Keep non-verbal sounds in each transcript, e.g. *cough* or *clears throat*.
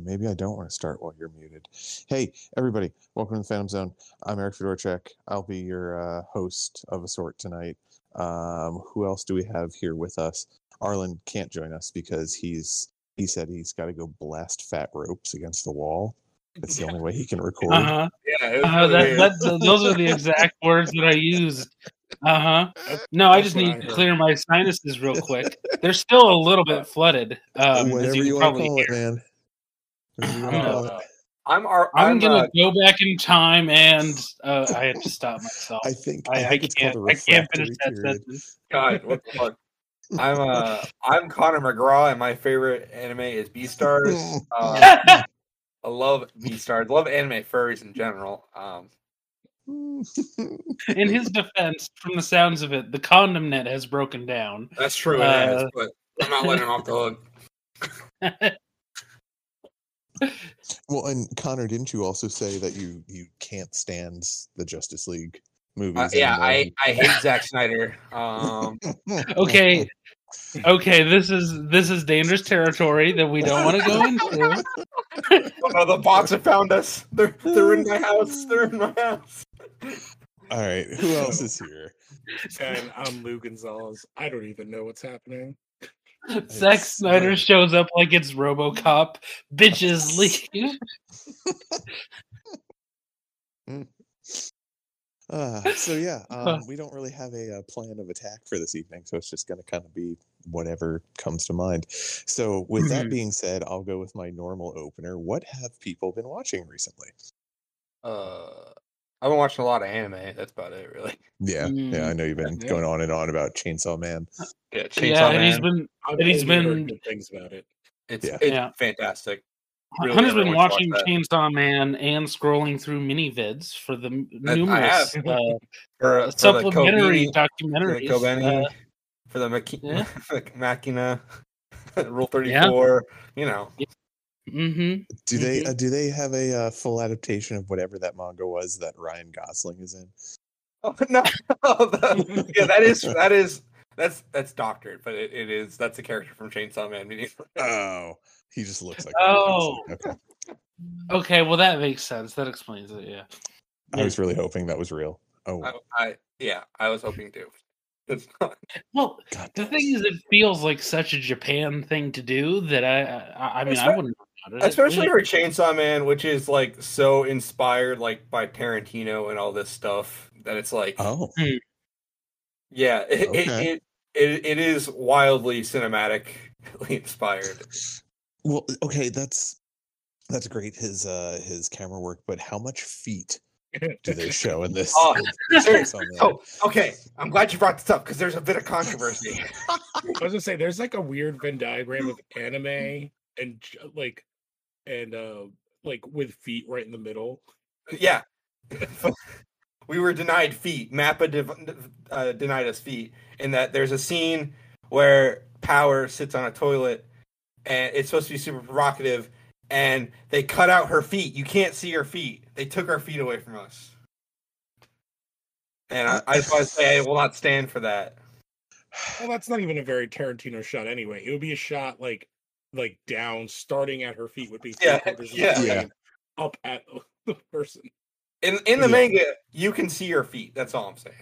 want to start while you're muted. Hey, everybody, welcome to the Phantom Zone. I'm Eric Fedorchek. I'll be your uh, host of a sort tonight. Um, who else do we have here with us? Arlen can't join us because he's he said he's got to go blast fat ropes against the wall. That's the only way he can record. Uh-huh. Yeah, it was Uh, that, really- that, those are the exact words that I used. Uh huh. No, I just That's what need I to heard. clear my sinuses real quick. They're still a little bit flooded. Um, as Whatever you you, want can to probably call hear. it, Uh, man. Whatever you I'm Oh. wanna gonna- call it. I'm our, I'm, I'm, gonna uh, go back in time, and uh, I had to stop myself. I think I, I, think it's can't. called a I can't finish refractory that period. sentence. God, what the fuck? I'm uh, I'm Connor McGraw, and my favorite anime is *laughs* Beastars. *laughs* Uh, I love Beastars. Love anime furries in general. Um, *laughs* in his defense, from the sounds of it, the condom net has broken down. that's true. Uh, it is, but I'm not letting him off the *laughs* hook. well, and Connor, didn't you also say that you you can't stand the Justice League movies? Uh, yeah, I, anymore? I hate Zack Snyder. Um, *laughs* Okay, okay, this is this is dangerous territory that we don't want to go into. oh no, the bots have found us. They're they're in my house. They're in my house. All right. Who else is here? and I'm Lou Gonzalez. I don't even know what's happening. Zack It's- Snyder shows up like it's RoboCop. Bitches leave. *laughs* Uh, so yeah, um, we don't really have a, uh plan of attack for this evening, so it's just going to kind of be whatever comes to mind. So with that Mm-hmm. Mhm. being said, I'll go with my normal opener. What have people been watching recently? Uh, I've been watching a lot of anime. That's about it, really. Yeah, yeah, I Mm. know you've been Yeah. going on and on about Chainsaw Man. Yeah, Chainsaw Yeah, and Man. he's been I've And he's only heard been- good things about it. it's Yeah. it's Yeah. fantastic. Really, Hunter's been everyone should watch watching that. Chainsaw Man and scrolling through mini vids for the m- I numerous have. uh, for, uh, for the supplementary Kobeni- for the documentaries. Kobeni, Uh, for *laughs* the Maki- yeah. like Machina, *laughs* Rule Thirty Four. You know, mhm. Do they Mm-hmm. Mhm. uh, do they have a uh, full adaptation of whatever that manga was that Ryan Gosling is in? *laughs* oh, no, *laughs* the- yeah, that is that is that's that's doctored, but it, it is that's a character from Chainsaw Man. *laughs* meaning- Oh, he just looks like. Ryan Oh. Gosling. *laughs* okay. Okay, well that makes sense. That explains it. Yeah. I was really hoping that was real. Oh, Uh, I, I yeah, I was hoping to. It's *laughs* not- Well, God. the thing is, it feels like such a Japan thing to do that I, I, I mean, I Espe- wouldn't. know about it. Especially for Chainsaw Man, which is like so inspired like by Tarantino and all this stuff that it's like oh, Yeah, it, Okay. it, it, it it is wildly cinematically *laughs* inspired. Well, okay, that's that's great. His uh his camera work, but how much feet *laughs* do *laughs* they show in this? Oh, *laughs* Chainsaw Man? oh, okay. I'm glad you brought this up because there's a bit of controversy. I was gonna say there's like a weird Venn diagram of anime and j- like and uh like with feet right in the middle. *laughs* yeah, *laughs* we were denied feet. Mappa dev- uh, denied us feet, in that there's a scene where Power sits on a toilet, and it's supposed to be super provocative, and they cut out her feet. You can't see her feet. They took our feet away from us. And I, I just want to say I will not stand for that. Well, that's not even a very Tarantino shot anyway. It would be a shot like like down, starting at her feet would be three Yeah, quarters of the yeah. way Yeah. and up at *laughs* the person. In in the Yeah. manga, you can see her feet. That's all I'm saying.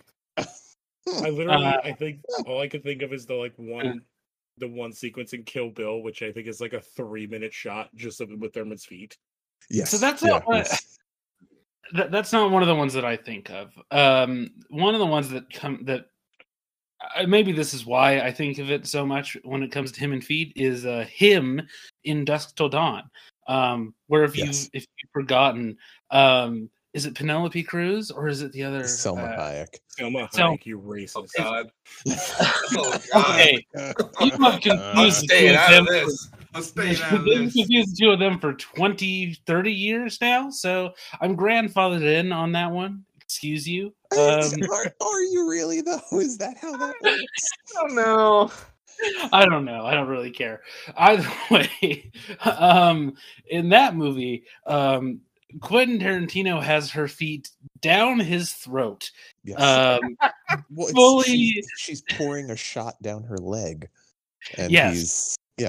I literally, Uh, I think all I could think of is the like one, the one sequence in Kill Bill, which I think is like a three minute shot just of with Thurman's feet. yes. So that's yeah, not what- *laughs* yes. Th- that's not one of the ones that I think of. Um, one of the ones that come that I, maybe this is why I think of it so much when it comes to him and feed is uh, him in Dusk Till Dawn. Um, where if you Yes. if you've forgotten, um, is it Penelope Cruz or is it the other? Selma uh, Hayek. Selma So- Hayek, you Oh racist. God! *laughs* oh God! Okay, *laughs* you have I'm confused the two staying of out them. of this. I'm staying out of for- You've this. confused the two of them for 20, 30 years now. So I'm grandfathered in on that one. Excuse you. Um, *laughs* are, are you really though? *laughs* Is that how *laughs* that works? *laughs* Oh no! I don't know. I don't really care. Either *laughs* way, um, in that movie, um, Quentin Tarantino has her feet down his throat. Yes. Um, well, it's- fully- she's, she's pouring a shot down her leg, and Yes. he's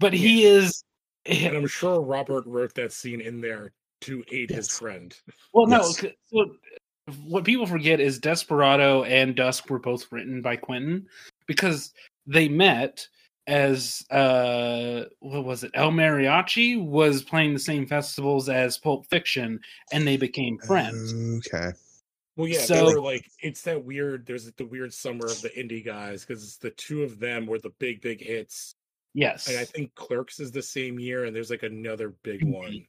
but he is And I'm sure Robert wrote that scene in there to aid his Yes. friend. Well, no. Yes. 'cause- So what people forget is Desperado and Dusk were both written by Quentin because they met as uh what was it? El Mariachi was playing the same festivals as Pulp Fiction, and they became Uh, friends. Okay. Well, yeah, So- they were like it's that weird. There's the weird summer of the indie guys because it's the two of them were the big big hits, Yes. and I think Clerks is the same year, and there's like another big Mhm. one.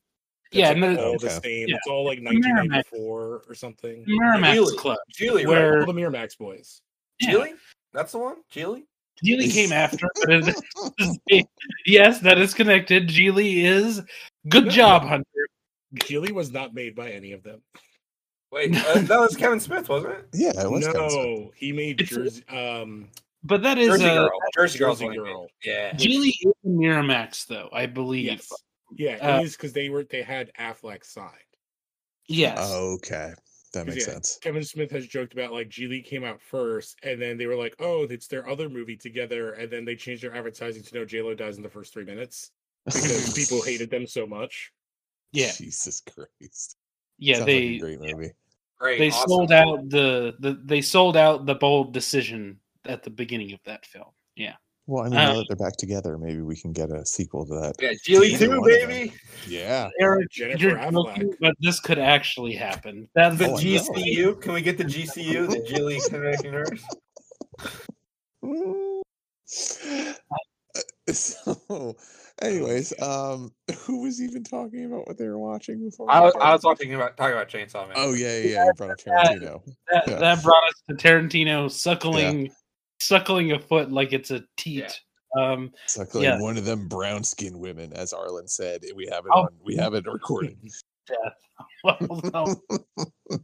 Yeah, that's, and like, the- all the Okay. same. Yeah. It's all like Miramax. 1994 or something. Miramax Really? Club. Geely, Where- right? All the Miramax boys. Yeah. Geely? That's the one? Geely? Geely came after, but it is, *laughs* yes, that is connected. Geely is good job, Hunter. Gilly was not made by any of them. Wait, uh, that was Kevin Smith, wasn't it? yeah, it was kind of no, he made It's- Jersey um But that is Jersey uh, Girl. Jersey Girl's Jersey the one he made. Girl. Yeah. Geely is a Miramax, though I believe. Yes. Yeah, Uh, it is because they were they had Affleck signed. Yes. Oh, Okay. That makes Yeah. sense. Kevin Smith has joked about like G League came out first, and then they were like, "Oh, it's their other movie together," and then they changed their advertising to "No J Lo dies in the first three minutes" *laughs* because *laughs* people hated them so much. Yeah. Jesus Christ. Yeah. Sounds they like a great movie. Great. they awesome. sold out the, the they sold out the bold decision at the beginning of that film. Yeah. Well, I mean, Uh, now that they're back together, maybe we can get a sequel to that. Yeah, Geely Either 2, one of them. baby. Yeah. Eric, Jennifer you're Affleck. joking, but this could actually happen. That's The Oh, I know. GCU. Can we get the GCU, the *laughs* Geely Kinetic Universe? Mm. Uh, *laughs* So, anyways, um, who was even talking about what they were watching before? I, I was talking about talking about Chainsaw Man. Oh yeah, yeah, yeah. You brought up Tarantino. that, Yeah. that brought us to Tarantino suckling suckling a foot like it's a teat. Um, Suckling Yeah. one of them brown skinned women, as Arlen said. We have it Oh. on. We have it recorded. *laughs* well, *laughs* no.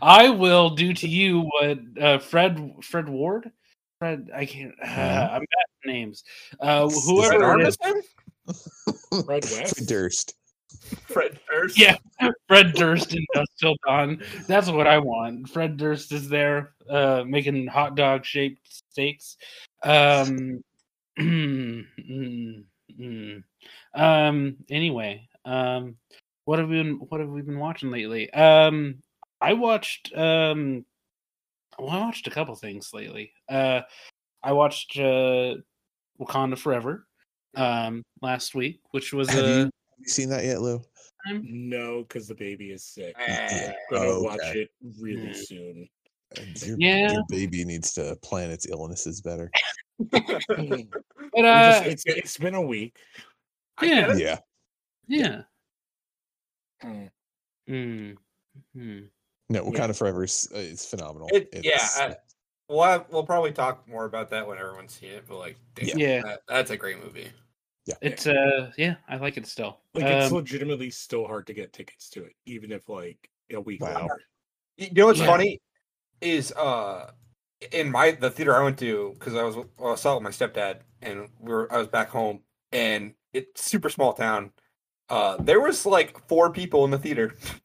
I will do to you what uh, Fred Fred Ward. Fred, I can't. *sighs* Uh, Mhm. I'm bad at names. Uh, Is it whoever Fred it is- Armisen? Fred West? Durst. Fred Durst? Yeah. Fred Durst and Dust Till Dawn. That's what I want. Fred Durst is there uh, making hot dog shaped steaks. Um, *clears throat* mm, mm. um. Anyway, um, what have we been What have we been watching lately? Um, I watched. Um, well, I watched a couple things lately. Uh, I watched uh, Wakanda Forever um last week, which was Have a. You seen that yet, Lou? No, because the baby is sick. Eh, Gonna Oh, watch okay. it really Hmm. soon. Uh, Your, Yeah. your baby needs to plan its illnesses better. We But, uh, just- it's, it's been a week. I get Yeah. it. Yeah. yeah. Hmm. Mm. Mm. Mhm. No, Wakanda Yeah. Forever is uh, it's phenomenal. It- yeah, It's- I- We'll, have, we'll probably talk more about that when everyone sees it, but like, Yeah. damn, that- that's a great movie. It's uh yeah, I like it still. Like it's Um, legitimately still hard to get tickets to it, even if like a week Wow. later. You know what's Yeah. funny is uh in my the theater I went to because I was well, I saw it with my stepdad and we were I was back home and it's super small town. Uh, there was like four people in the theater *laughs*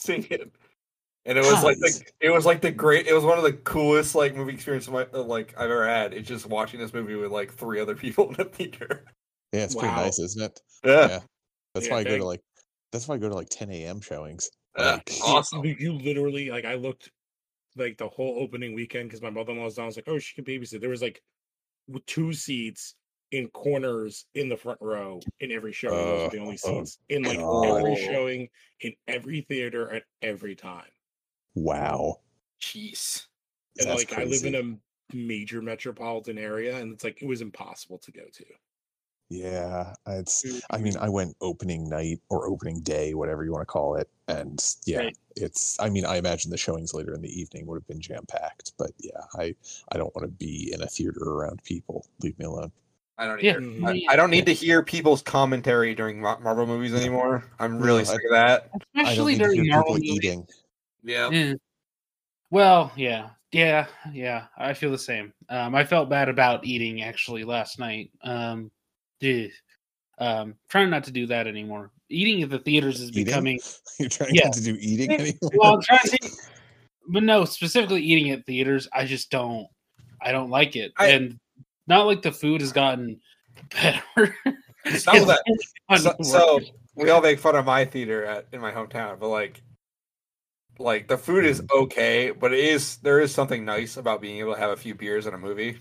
seeing it, and it was like the, Nice. it was like the great. It was one of the coolest like movie experiences my, uh, like I've ever had. It's just watching this movie with like three other people in the theater. *laughs* yeah, it's pretty Wow. nice, isn't it? Yeah, That's Yeah, why I go thank- to like that's why I go to like 10 a.m. showings. Yeah, Like, Yeah, awesome. You, you literally like I looked like the whole opening weekend because my mother in law was down. I was like, oh, she can babysit. There was like w- two seats in corners in the front row in every showing. Those were the only Oh, seats in like every God. showing in every theater at every time. *laughs* wow. Jeez. And That's like I live in crazy. a major metropolitan area, and it's like it was impossible to go to. Yeah. It's It- I mean, I went opening night or opening day, whatever you want to call it. And yeah, Right. it's I mean, I imagine the showings later in the evening would have been jam packed, but yeah, I I don't want to be in a theater around people. Leave me alone. I don't Yeah. either. Mhm. I, I don't need to hear people's commentary during Mar- Marvel movies anymore. I'm really No, I- sick of that. I don't especially need to during hear Marvel people movies. eating. *laughs* Yeah. Yeah. Well, yeah. Yeah, yeah. I feel the same. Um I felt bad about eating actually last night. Um ugh. um trying not to do that anymore. Eating at the theaters is Eating? becoming You're trying Yeah. not to do eating anymore. *laughs* well, *laughs* I'm trying to but no, specifically eating at theaters, I just don't I don't like it. I- and not like the food has gotten better. Some of that- so, so we all make fun of my theater at, in my hometown, but like, like the food is Mm. okay, but it is there is something nice about being able to have a few beers in a movie.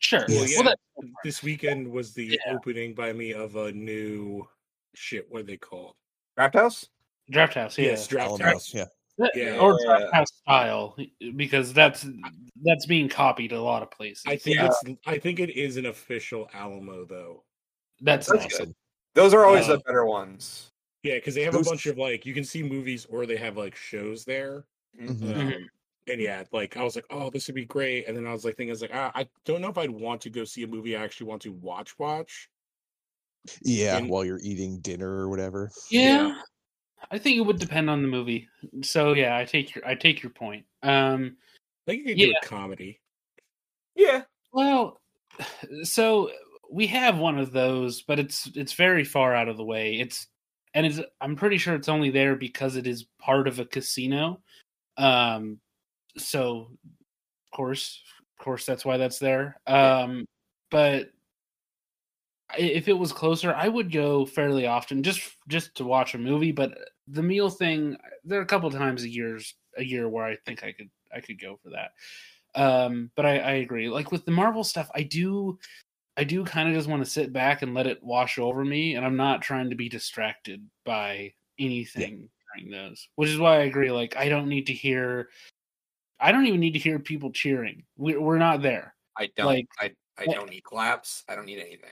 sure. Well, Yes. yeah, Well, that- this weekend was the Yeah. opening by me of a new shit. What are they called? Draft house. draft house, yeah. Yes, draft Alamo, house. yeah. That- Yeah. or draft Yeah. house style because that's that's being copied a lot of places. I think Yeah. it's. I think it is an official Alamo though. that's, That's nice. good. Those are always Uh, the better ones. Yeah, because they have Those- a bunch of like you can see movies or they have like shows there. Mhm. Mhm. Um, and yeah, like I was like, oh, this would be great. And then I was like, thinking, I was like, ah, I don't know if I'd want to go see a movie I actually want to watch. Watch. Yeah, In- while you're eating dinner or whatever. Yeah. I think it would depend on the movie. So yeah, I take your I take your point. Um I think you could do a comedy. Yeah, well *sighs* so we have one of those, but it's it's very far out of the way. It's and it's I'm pretty sure it's only there because it is part of a casino. Um so of course of course that's why that's there. Um but i- if it was closer, I would go fairly often just just to watch a movie. But the meal thing, there are a couple times a year's a year where I think I could I could go for that. Um, but I, I agree. Like with the Marvel stuff, I do I do kind of just want to sit back and let it wash over me, and I'm not trying to be distracted by anything during those. Which is why I agree. Like I don't need to hear. I don't even need to hear people cheering. We're, we're not there. I don't. Like- I I Like- don't need claps. I don't need anything.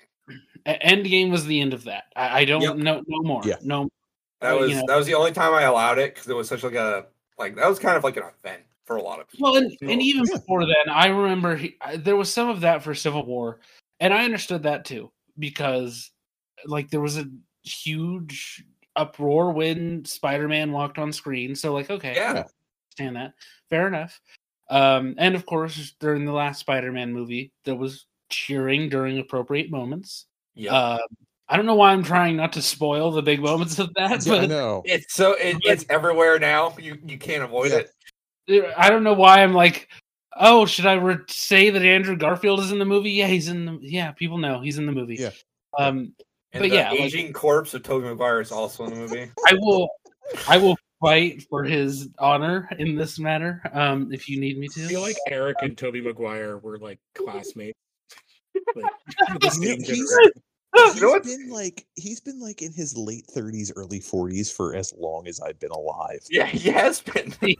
A- E-, Endgame was the end of that. I, I don't Yep. know no more. Yeah. No That Uh, was you know- that was the only time I allowed it because it was such like a like that was kind of like an event for a lot of people. Well, and, and even Yeah. before then, I remember he, I, there was some of that for Civil War, and I understood that too because, like, there was a huge uproar when Spider-Man walked on screen. So, like, okay, yeah, yeah. understand that, fair enough. Um, and of course, during the last Spider-Man movie, there was cheering during appropriate moments. yeah. Um, I don't know why I'm trying not to spoil the big moments of that, Yeah, I but *laughs* know. it's so it, it's everywhere now. You you can't avoid Yeah. it. I don't know why I'm like, oh, should I re- say that Andrew Garfield is in the movie? Yeah, he's in the. Yeah, people know he's in the movie. Yeah. Um, And But the yeah, like- aging corpse of Tobey Maguire is also in *laughs* the movie. I will, I will fight for his honor in this matter. Um, if you need me I to. feel like Eric *laughs* and Toby Maguire were like classmates. *laughs* Like, the Yeah, same he's- generation. He's You know what? been like he's been like in his late 30s, early 40s for as long as I've been alive. Yeah, he has been. *laughs* yeah,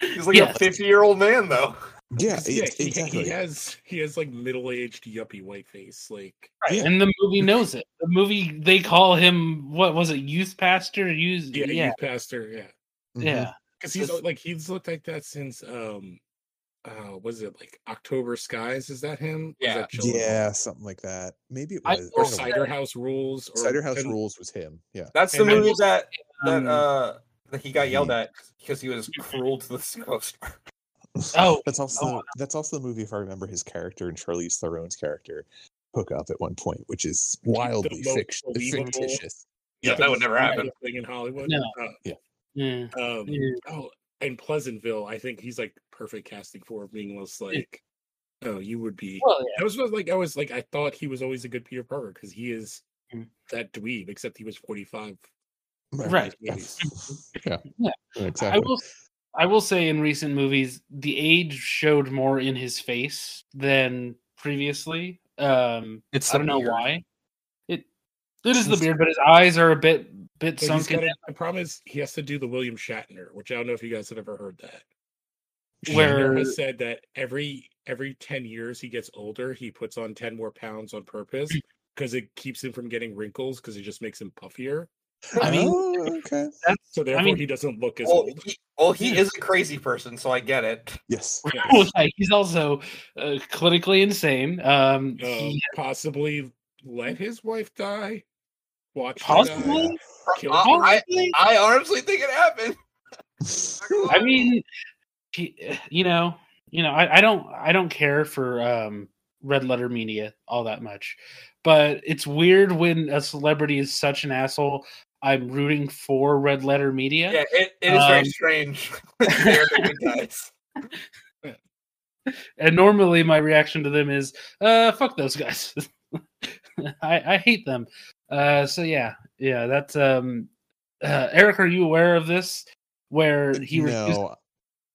He's like Yes. a fifty year old man though. Yeah, yeah, it's- he, exactly. he has he has like middle aged yuppie white face. Like right. Yeah. And the movie knows it. The movie they call him what was it? Youth pastor? Youth? yeah, Yeah, yeah. youth pastor, yeah. Mhm. Because he's That's- like he's looked like that since um uh was it like October Skies? Is that him? Or is Yeah. that Jill- Yeah, something like that. Maybe it I- was. I Or don't know. Cider House Rules or Cider House and- Rules was him. Yeah. That's the And I movie will- that that Um, uh that he got yelled at because he was cruel to the *laughs* co-star. Oh, That's also oh, that's also the movie if I remember his character and Charlize Theron's character hook up at one point, which is wildly most fict- believable- fictitious. Yeah, that would never Yeah, happen. Thing in Hollywood. No. Uh, yeah. um, Yeah. Oh, in Pleasantville, I think he's like perfect casting for being most like, oh, you would be. Well, yeah. That was what, like I was like I thought he was always a good Peter Parker because he is Mhm. that dweeb, except he was forty five. Right. Yeah. Yeah. Exactly. I will I will say in recent movies the age showed more in his face than previously. Um It's I don't know why. It it is the beard, but his eyes are a bit bit sunken. the problem is he has to do the William Shatner, which I don't know if you guys have ever heard that. Where- *laughs* Shatner has said that every every ten years he gets older, he puts on ten more pounds on purpose because it keeps him from getting wrinkles because it just makes him puffier. I mean- Oh, okay. That's So therefore, mean- he doesn't look as Well, *laughs* old. he, well, he is a crazy person, so I get it. Yes. Yes. like, he's also uh, clinically insane. Um, Oh, um, he possibly let his wife die. Watch her die, possibly, kill Uh, her. I- possibly? I honestly think it happened. I mean, he- you know, you know, I, I don't, I don't care for um, red letter media all that much, but it's weird when a celebrity is such an asshole. I'm rooting for red letter media. Yeah, it, it is very Um, *laughs* strange. *laughs* They're the good guys. and normally my reaction to them is uh fuck those guys *laughs* I, I hate them. Uh, so yeah, yeah, that's um, uh, Eric. Are you aware of this? Where he refused, no,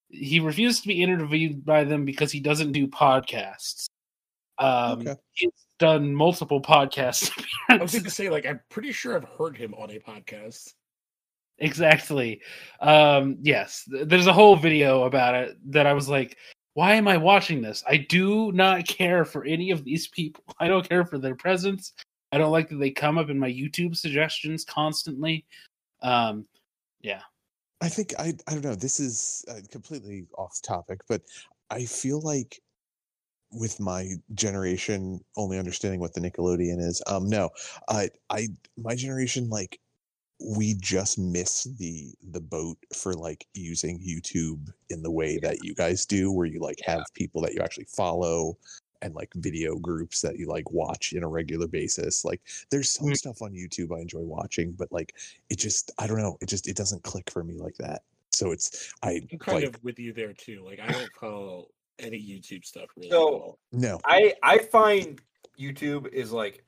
he refused to be interviewed by them because he doesn't do podcasts. Um, Okay. he's done multiple podcasts. I was going to say, like, I'm pretty sure I've heard him on a podcast. Exactly. Um, yes, th- there's a whole video about it that I was like, why am I watching this? I do not care for any of these people. *laughs* I don't care for their presence. I don't like that they come up in my YouTube suggestions constantly. Um, *clears throat* I think I I don't know. This is uh, completely off topic, but I feel like with my generation only understanding what the Nickelodeon is. Um, no, I I my generation like we just miss the the boat for like using YouTube in the way that you guys do, where you like have people that you actually follow and like video groups that you like watch in a regular basis. Like there's some Mm. stuff on YouTube I enjoy watching, but like it just I don't know, it just it doesn't click for me like that. So it's I I'm kind like of with you there, too. Like, I don't follow any YouTube stuff really. So- at all. no. I I find YouTube is like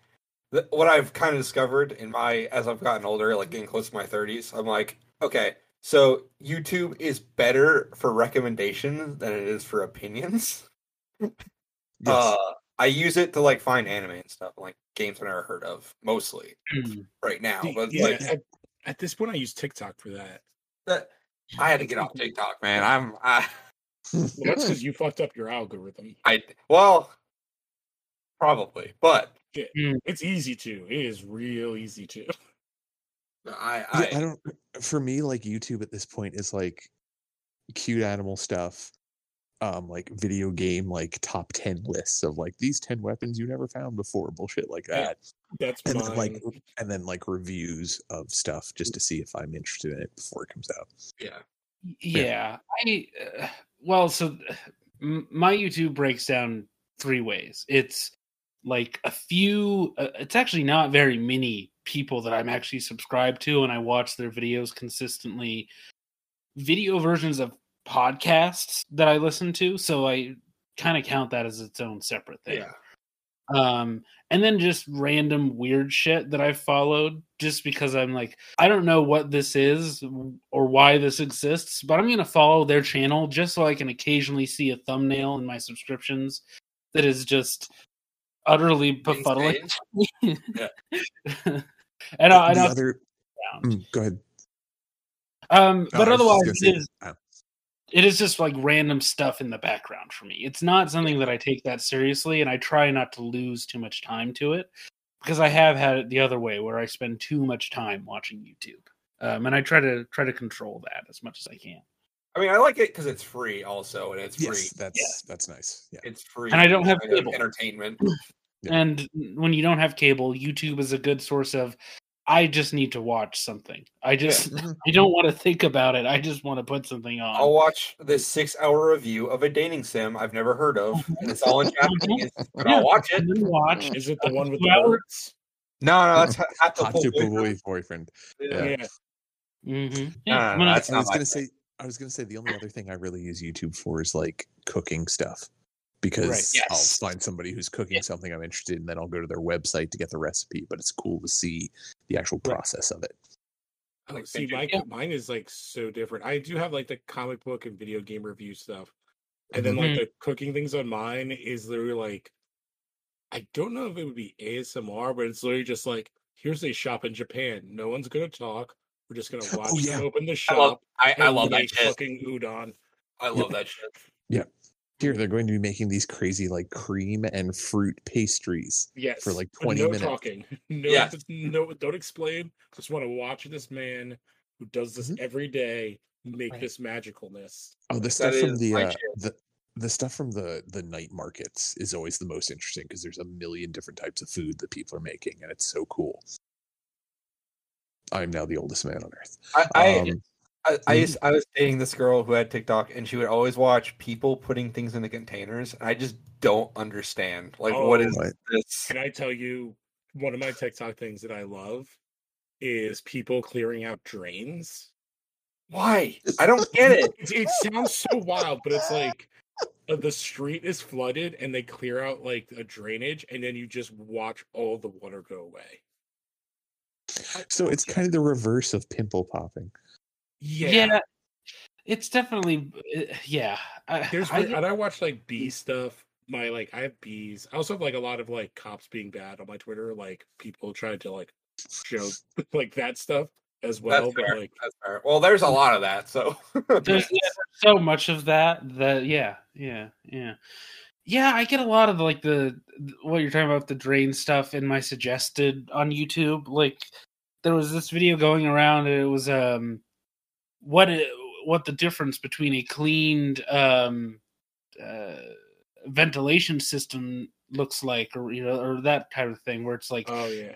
th- what I've kind of discovered in my as I've gotten older, like getting close to my 30s. I'm like, okay, so YouTube is better for recommendations than it is for opinions. Yes. Uh, I use it to like find anime and stuff, like games I never heard of, mostly right now. See, But yeah, like at, at this point, I use TikTok for that. that, I had to *laughs* get off TikTok, man. I'm I Well, that's because you fucked up your algorithm. I well, probably, but It's easy to. It is real easy to. *laughs* I Yeah, I, I don't. For me, like YouTube at this point is like cute animal stuff, um, like video game like top ten lists of like these ten weapons you never found before, bullshit like Yeah. that, That's and mine. then like r- and then like reviews of stuff just to see if I'm interested in it before it comes out. yeah. Yeah, I uh, well, so uh, m- my YouTube breaks down three ways. It's like a few. Uh, it's actually not very many people that I'm actually subscribed to, and I watch their videos consistently. Video versions of podcasts that I listen to, so I kind of count that as its own separate thing Yeah. um and then just random weird shit that i followed just because i'm like i don't know what this is or why this exists but i'm gonna follow their channel just so i can occasionally see a thumbnail in my subscriptions that is just utterly befuddling Insane. *laughs* and i, and the I other, Mm, go ahead. um No, but I was just otherwise gonna it say- is oh, it is just like random stuff in the background for me. It's not something that I take that seriously, and I try not to lose too much time to it because I have had it the other way where I spend too much time watching YouTube, um, and I try to try to control that as much as I can. I mean, I like it because it's free, also, and it's free. yes, that's that's nice. Yeah, It's free, And I don't have kind of cable. entertainment. Yeah. And when you don't have cable, YouTube is a good source of. I just need to watch something. I just Mhm. I don't want to think about it. I just want to put something on. Oh, I'll watch this six-hour review of a dating sim I've never heard of, and it's all in Japanese, but Yeah, I'll watch it. and then Mm. watch. is it the one with the Well- birds? No, no, that's half the hot full to boyfriend. boy boyfriend. Yeah. yeah. Yeah. Mhm. No, Yeah, no, I'm no, gonna- that's Uh, I not was my gonna thing. say I was gonna say the only other thing I really use YouTube for is like cooking stuff because Yes. I'll find somebody who's cooking Yeah. something I'm interested in, then I'll go to their website to get the recipe. But it's cool to see the actual Right. process of it. I like See, binging. my, Yeah. mine is like so different. I do have like the comic book and video game review stuff. And then Mm-hmm. like the cooking things on mine is literally like I don't know if it would be ASMR, but it's literally just like here's a shop in Japan. No one's gonna talk. We're just gonna watch Oh, yeah. them open the I shop. love, I, I and love that make shit. fucking udon. I love that shit. Here they're going to be making these crazy like cream and fruit pastries. Yes. like, but 20 no minutes. talking. *laughs* No, Yes. no, don't explain. Just want to watch this man who does this Mm-hmm. every day make Right. this magicalness. Oh, the stuff from is the my uh, jam. the the stuff from the the night markets is always the most interesting because there's a million different types of food that people are making, and it's so cool. I'm now the oldest man on earth. I, I, Um, I, I Mhm. used I was dating this girl who had TikTok, and she would always watch people putting things into containers, and I just don't understand. Like, what Oh. is Right. this? Can I tell you one of my TikTok things that I love is people clearing out drains? Why? I don't get it. *laughs* It, it sounds so wild, but it's like uh, the street is flooded and they clear out like a drainage and then you just watch all the water go away. So it's kind of the reverse of pimple popping. Yeah. Yeah. It's definitely uh, yeah. I, There's I- weird- and I watch like bee stuff. My like I have bees. I also have like a lot of like cops being bad on my Twitter, like people trying to like show *laughs* like that stuff as well. But fair. like That's fair. Well, there's a lot of that. So *laughs* there's yeah, there's so much of that that yeah yeah yeah yeah i get a lot of like the what you're talking about the drain stuff in my suggested on youtube like there was this video going around and it was um what it, what the difference between a cleaned um uh ventilation system looks like or you know or that kind of thing where it's like oh yeah.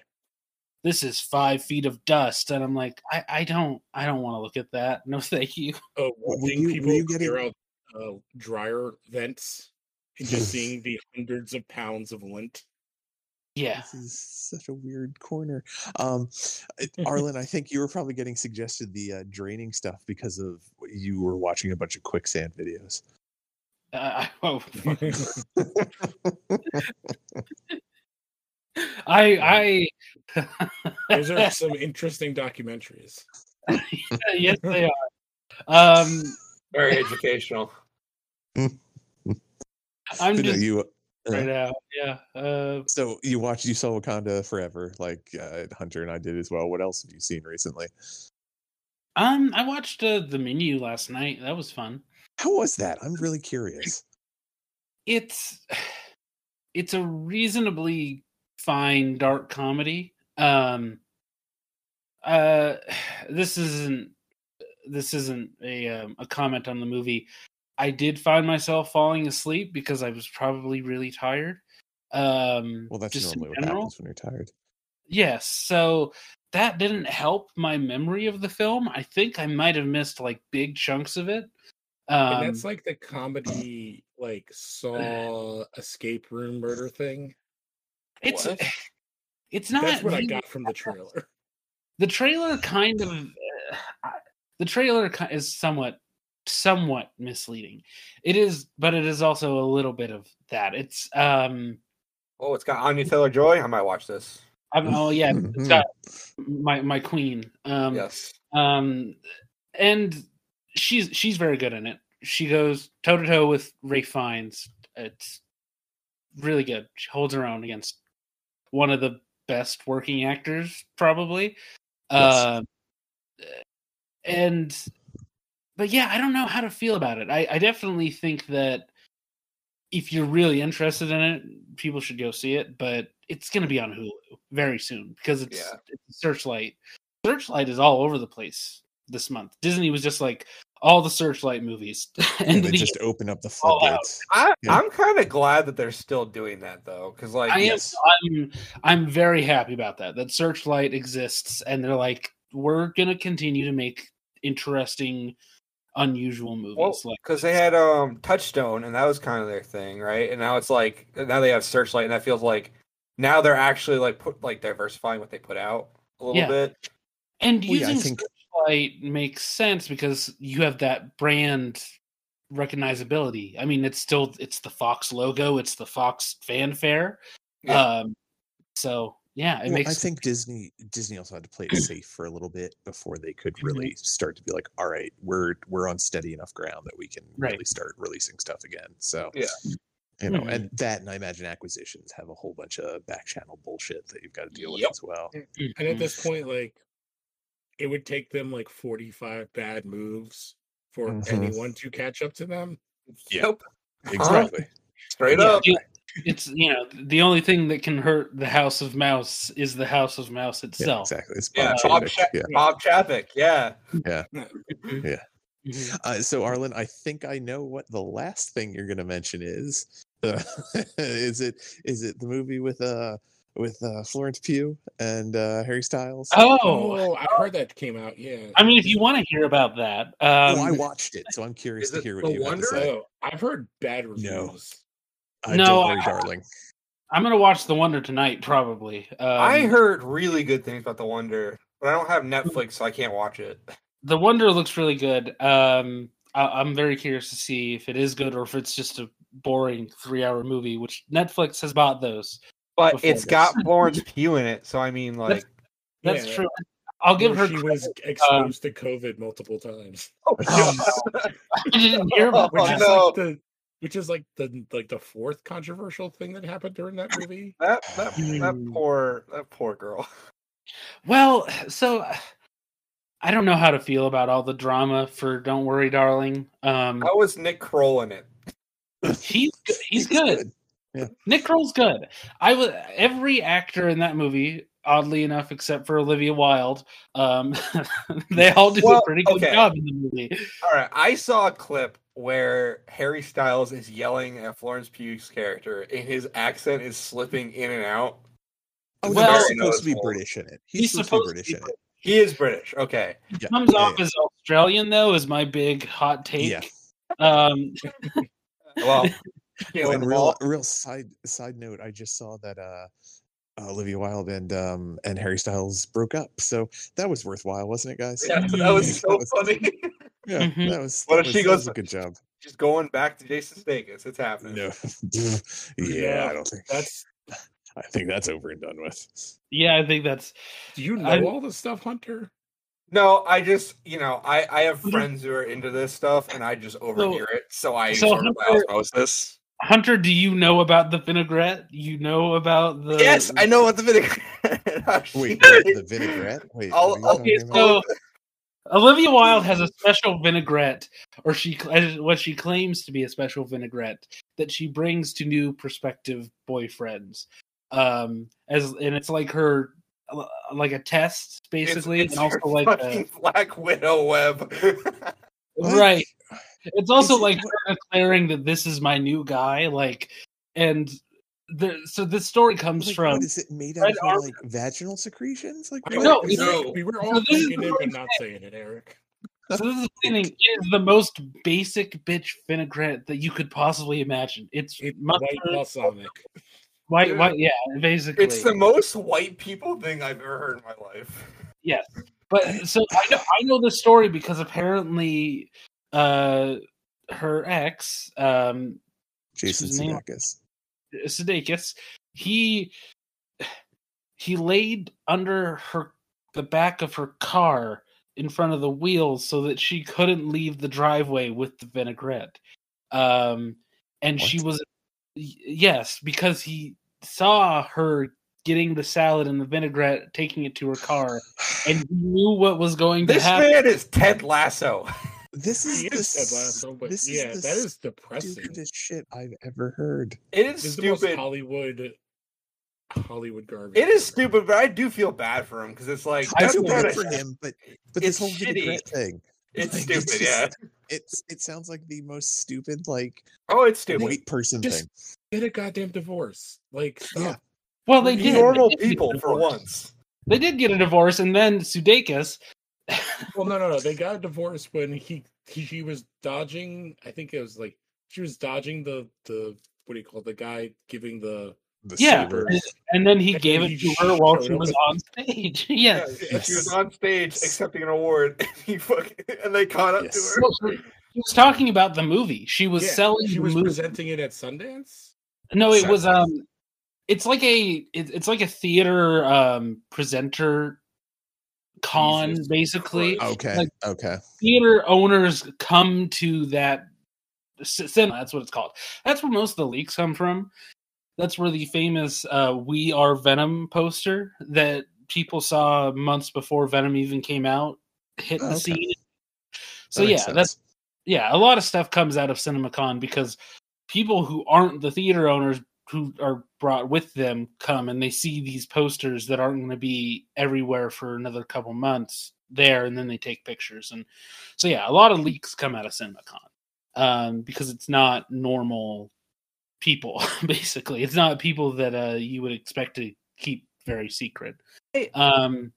this is five feet of dust and i'm like i i don't i don't want to look at that *laughs* no thank you Oh Were watching you- were people you getting- clear out uh, dryer vents and just seeing the hundreds of pounds of lint. yeah This is such a weird corner. Um, *laughs* Arlen, I think you were probably getting suggested the uh, draining stuff because of you were watching a bunch of quicksand videos. Uh, *laughs* oh, I, I, Those are some interesting documentaries. uh, yes, they are. Um, very educational. I'm You know, just you right now, yeah. Uh, so you watched you saw Wakanda Forever, like uh, Hunter and I did as well. What else have you seen recently? um, I watched uh, the menu last night. That was fun. How was that? I'm really curious. It's, *sighs* it's a reasonably fine dark comedy. Um, uh, *sighs* this isn't this isn't a um, a comment on the movie. I did find myself falling asleep because I was probably really tired. Um, Well, that's just in normally what general. happens when you're tired. Yes, so that didn't help my memory of the film. I think I might have missed like big chunks of it. Um, and that's like the comedy like saw escape room murder thing. it's What? *sighs* it's not That's what I really- got from the trailer. the trailer kind of uh, I- the trailer ki- is somewhat somewhat misleading it is but it is also a little bit of that it's um Oh, it's got Anya Taylor Joy. I might watch this. I'm, oh yeah it's got my my queen um yes. um and she's she's very good in it she goes toe to toe with ray fines it's really good she holds her own against one of the best working actors probably Yes. um and but yeah i don't know how to feel about it i i definitely think that if you're really interested in it people should go see it but it's going to be on hulu very soon because it's, Yeah. it's searchlight Searchlight is all over the place this month. Disney was just like all the Searchlight *laughs* movies, and and they the- just open up the All out. floodgates. I, Yeah. I'm kind of glad that they're still doing that though, because like I am yes. I'm I'm very happy about that. That Searchlight exists, and they're like we're gonna continue to make interesting, unusual movies. like because they had um touchstone and that was kind of their thing right and now it's like now they have searchlight and that feels like now they're actually like put like diversifying what they put out a little Yeah. bit and Well, yeah, I using think- Searchlight makes sense because you have that brand recognizability. I mean, it's still it's the Fox logo, it's the Fox fanfare. Yeah. Um, so yeah, it Well, makes I think Disney Disney also had to play it safe for a little bit before they could Mhm. really start to be like, all right, we're we're on steady enough ground that we can Right. really start releasing stuff again. So Yeah. you know, Mhm. and that and I imagine acquisitions have a whole bunch of back channel bullshit that you've got to deal Yep. with as well. And at this point, like it would take them like 45 bad moves for Mhm. Mm-hmm. anyone to catch up to them. Yeah. Yep, Exactly. *laughs* straight Yeah. up You- it's you know the only thing that can hurt the house of mouse is the house of mouse Yeah, itself exactly. It's yeah Bob bob, Chapek. Sha- Yeah. bob chapik yeah Mhm. Uh, so Arlen, I think I know what the last thing you're going to mention is. Uh, *laughs* is it is it the movie with uh with uh, Florence Pugh and uh, Harry Styles? oh Oh, I heard that came out. Yeah. i mean if you want to hear about that um Well, I watched it, so I'm curious is to it hear The what you have to Wanderer? say. Oh, I've heard bad reviews. I No, don't worry, I- darling. i'm gonna watch the wonder tonight probably um, i heard really good things about the wonder but i don't have netflix so i can't watch it the wonder looks really good um I- I'm very curious to see if it is good or if it's just a boring three hour movie, which Netflix has bought those. But Before it's this. *laughs* got Florence Pugh in it, so I mean, like, That's Yeah. true. I'll give her. Where She credit. um was exposed to COVID multiple times. *laughs* I *laughs* didn't hear about *laughs* which Oh, that. is no. like the which is like the like the fourth controversial thing that happened during that movie. that that, that Hmm. poor that poor girl. *laughs* Well, so uh, I don't know how to feel about all the drama for "Don't Worry, Darling." Um, How was Nick Kroll in it? he's good- *laughs* he's good. Nick Kroll's good. I was every actor in that movie, oddly enough, except for Olivia Wilde. Um, *laughs* they all do Well, a pretty good okay. job in the movie. All right, I saw a clip where Harry Styles is yelling at Florence Pugh's character, and his accent is slipping in and out. Oh, Well- well, he's supposed to be British in it. He's, He's supposed, supposed to be British to be in it. He is British. Okay, Yeah. Comes Yeah, off yeah. as Australian though, is my big hot take. Yeah. Um, *laughs* well, you know, Oh, and well, real, real side side note, I just saw that uh, Olivia Wilde and um, and Harry Styles broke up, so that was worthwhile, wasn't it, guys? *laughs* yeah, *laughs* Mm-hmm. that was so That was- funny. *laughs* Yeah, Mhm. that was. What that if was- she that was goes- a good *laughs* job. Just going back to Jason Statham. It's happening. No, *laughs* yeah, I don't think That's I think that's over and done with. yeah, I think that's do you know I- all this stuff, Hunter? No, I just you know I I have friends who are into this stuff, and I just overhear it, so I so sort of by Hunter- osmosis. Hunter. Do you know about the vinaigrette? You know about the yes, I know what the *laughs* vinegar. Wait, *laughs* what, the vinaigrette. Wait, what are I'll- you I'll- talking Okay, about? so Olivia Wilde has a special vinaigrette, or she what she claims to be a special vinaigrette that she brings to new prospective boyfriends. Um, as and it's like her, uh, like a test It's- basically, it's and also your like a- fucking Black Widow web. *laughs* What? right. It's also Is it- like her declaring that this is my new guy, like, and the so this story comes Like, from what is it made Red out of? her, Arm- Like vaginal secretions? Like I what? know, we, it's- were- we were all So this is thinking the it, but worst not saying it, Eric. So this is the thing. It is the most basic bitch vinaigrette that you could possibly imagine. It's It mustard, white balsamic. white, white, yeah, basically. it's the most white people thing I've ever heard in my life. But so I know I know the story because apparently, uh, her ex, um, Jason His name- Sudeikis. Sudeikis, he he laid under her the back of her car in front of the wheels so that she couldn't leave the driveway with the vinaigrette. Um, and she What? was y- yes because he saw her getting the salad and the vinaigrette, taking it to her car, and he knew what was going to This happen. man is Ted Lasso. This is He the is Ted Lasso, but this is yeah, the that is depressing. This stupidest shit I've ever heard. It is is the most stupid. Hollywood Hollywood garbage. It is ever. stupid, but I do feel bad for him because it's like I that's feel what bad it- for him, but but it's this whole shitty. vinaigrette thing. It's Like, stupid, just- yeah. It's it sounds like the most stupid like Oh, it's stupid. white person Just- thing. Get a goddamn divorce. Like stop. Yeah. Well, they Be did. Normal They did get a people for divorce. once. They did get a divorce, and then Sudeikis. Well, no, no, no. They got a divorce when he, he she was dodging. I think it was like she was dodging the the what do you call it, the guy giving the The Yeah. saber. And then he And gave then it he to her while showed she up was with- on stage. *laughs* yes. Yeah, she was Yes. on stage accepting an award, *laughs* and, he fucking, and they caught up Yes. to Well, she she was talking about the movie. She was Yeah, selling She the was movie. presenting it at Sundance. no, it was Exactly. um it's like a it, it's like a theater um presenter con Jesus basically. Christ. Okay. Like- okay. Theater owners come to that c- cinema, that's what it's called. That's where most of the leaks come from. That's where the famous uh We Are Venom poster that people saw months before Venom even came out hit Oh, the okay. scene. That So yeah, makes that's sense. yeah, a lot of stuff comes out of CinemaCon because people who aren't the theater owners who are brought with them come and they see these posters that aren't going to be everywhere for another couple months there, and then they take pictures and so yeah, a lot of leaks come out of CinemaCon um, because it's not normal people *laughs* basically. It's not people that uh, you would expect to keep very secret. Hey. Um,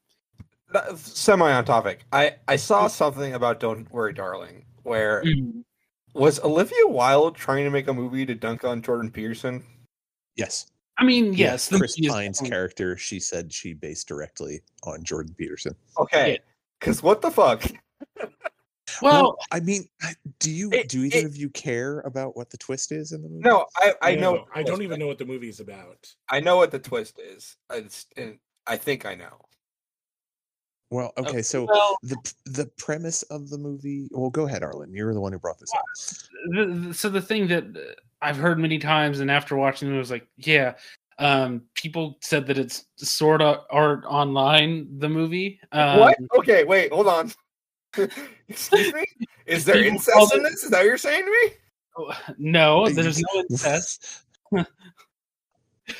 her. Semi on topic. I I saw something about "Don't Worry, Darling," where was Olivia Wilde trying to make a movie to dunk on Jordan Peterson? Yes. I mean, Yeah, yes, the Chris movie is Pine's definitely- character, she said she based directly on Jordan Peterson. Okay, Yeah. because what the fuck? Well, No, I mean, do you it- do either it- of you care about what the twist is in the movie? No, I, I know. I what the twist don't even is. know what the movie's about. I know what the twist is. It's, and I think I know. Well, Oh, okay, so well, the the premise of the movie. Well, go ahead, Arlen. You're the one who brought this up. the, the- so the thing that uh, I've heard many times, and after watching it, I was like, yeah. Um, people said that it's sort of art online. The movie. Um, what? Okay, wait, hold on. *laughs* Excuse me? Is there People incest call in this? Is that what you're saying to me? No, there's no incest. *laughs*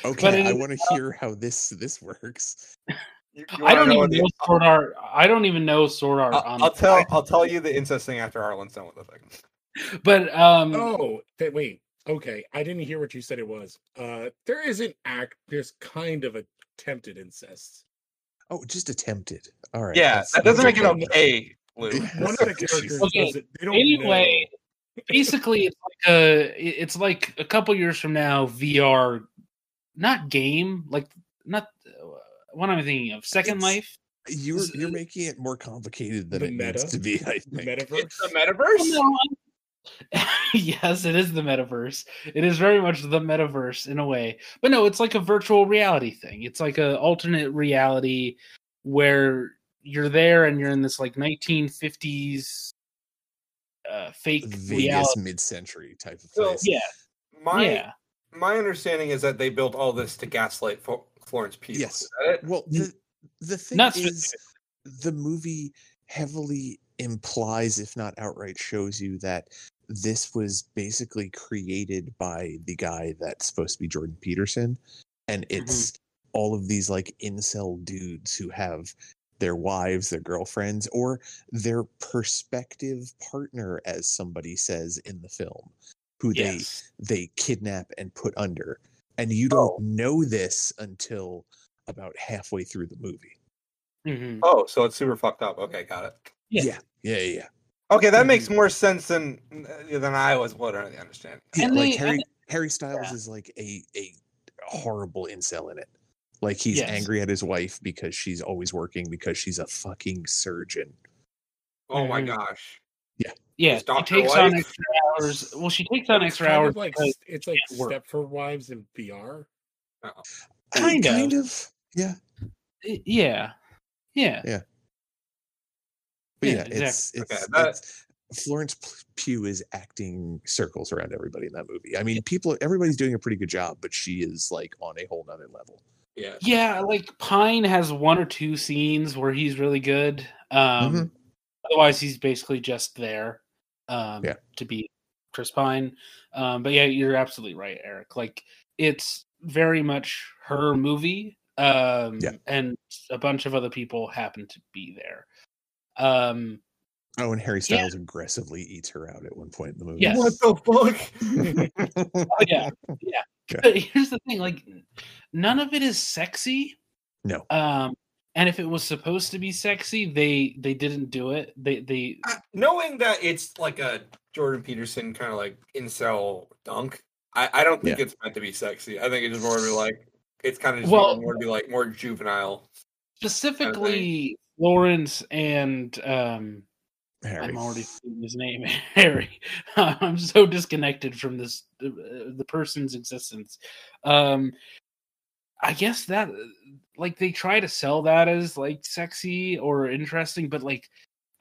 okay, it I is- want to hear how this this works. You- you I wanna don't what even the- know sword art. I don't even know sword art. I'll, I'll online. tell. I'll tell you the incest thing after Arlen's done with the thing. But um, Mm. Oh, that, wait. Okay, I didn't hear what you said it was. Uh there is an act there's kind of attempted incest. Oh, just attempted. All right. Yeah, that's- that doesn't that's make it okay, Lou. Yeah. One of the characters Okay, does it. They don't anyway, basically, it's like a it's like a couple years from now VR, not game, like not what am I thinking of? Second It's- Life. You're Is- you're making it more complicated than The it needs meta? to be. I know the think. metaverse. metaverse. *laughs* yes, it is the metaverse. It is very much the metaverse in a way. But no, it's like a virtual reality thing. It's like a alternate reality where you're there and you're in this like 1950s uh, fake Vegas reality. mid-century type of Well, place. Yeah, My yeah. my understanding is that they built all this to gaslight Fo- Florence Pugh. Yes. Is that it? Well, the the thing Not is, the movie heavily implies, if not outright shows you, that this was basically created by the guy that's supposed to be Jordan Peterson, and it's Mm-hmm. all of these like incel dudes who have their wives, their girlfriends, or their perspective partner, as somebody says in the film, who they Yes. they kidnap and put under. And you don't Oh. know this until about halfway through the movie. Mhm. Oh, so it's super fucked up. Okay, got it. Yeah. Yeah, yeah, yeah. Okay, that makes Mm-hmm. more sense than than I was what under the understanding. Yeah, And like they- Harry and- Harry Styles is like a a horrible incel in it. Like he's Yes. angry at his wife because she's always working because she's a fucking surgeon. Oh my Mhm. Mm-hmm. gosh. Yeah, Is she Dr. takes on White- extra hours. Well, she takes on It's extra kind of hours. like because- s- it's like it's work. Stepford Wives in VR. Uh, Kind of. kind of. Yeah. eh, yeah, yeah. But Yeah, yeah, it's exactly. it's, Okay, that- it's- Florence P- Pugh is acting circles around everybody in that movie. I mean, people everybody's doing a pretty good job, but she is like on a whole nother level. Yeah. Yeah, like Pine has one or two scenes where he's really good. Um Mhm. otherwise he's basically just there um Yeah. to be Chris Pine. Um but yeah, you're absolutely right, Eric. Like it's very much her movie. Um Yeah. and a bunch of other people happen to be there. Um Oh, and Harry Yeah. Styles aggressively eats her out at one point in the movie. Yes. What the fuck? *laughs* *laughs* oh, yeah, yeah. Yeah. But here's the thing: like, none of it is sexy. *laughs* No. Um, and if it was supposed to be sexy, they they didn't do it. They they I- knowing that it's like a Jordan Peterson kind of like incel dunk, I, I don't think it's meant to be sexy. I think it's more to be like it's kind of just Well- more to be like more juvenile. specifically Lawrence and um, Harry. *sighs* I'm already *laughs* forgetting his name, Harry. I'm so disconnected from this uh, the person's existence. Um, I guess that like they try to sell that as like sexy or interesting, but like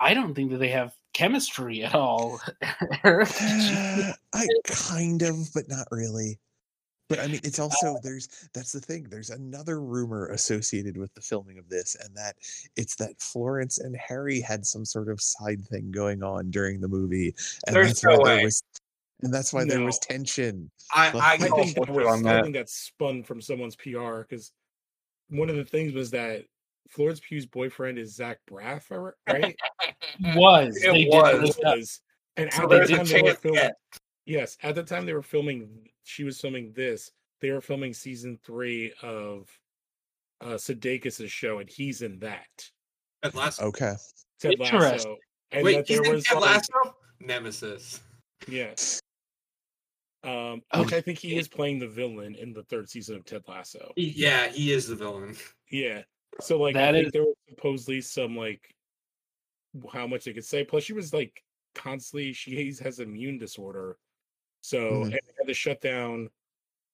I don't think that they have chemistry at all. *laughs* Eric. I kind of, but not really. But I mean, it's Uh, also there's that's the thing. There's another rumor associated with the filming of this, and that it's that Florence and Harry had some sort of side thing going on during the movie, and There's that's no why way. there was, and that's why there was No. tension. I Well, I, I I call think that bullshit was on that. something that's spun from someone's PR because one of the things was that Florence Pugh's boyfriend is Zach Braff, I re- right? was It they was. did this up. was. And So at there's the a time they were chance. filming, yeah. yes, at the time they were filming, she was filming this. They were filming season three of uh Sudeikis' show, and he's in that. Ted Lasso. Okay, Ted Interesting. Lasso. Oh, And Wait, that he's there in was Ted like- Lasso? Nemesis. Yeah. Um, which I think he Okay. is playing the villain in the third season of Ted Lasso. Yeah, he is the villain. Yeah. So like I That think is- there was supposedly some like how much they could say. Plus she was like constantly she has- has immune disorder, so Mhm. and they had to shut down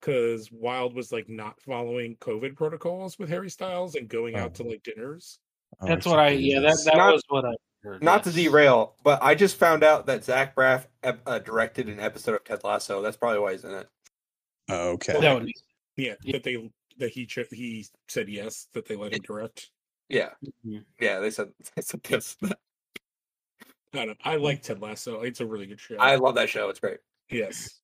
because Wild was like not following COVID protocols with Harry Styles and going out to Oh. like dinners. Oh, That's should what I do yeah that this. that Not- was what I heard. Not to yes. derail, but I just found out that Zach Braff ep- uh, directed an episode of Ted Lasso. That's probably why he's in it. okay. That would be- Yeah, Yeah. that they that he cho- he said yes that they let him direct. Yeah, Mhm. yeah. They said *laughs* they said this. I don't. know. I like Ted Lasso. It's a really good show. I love that show. It's great. yes.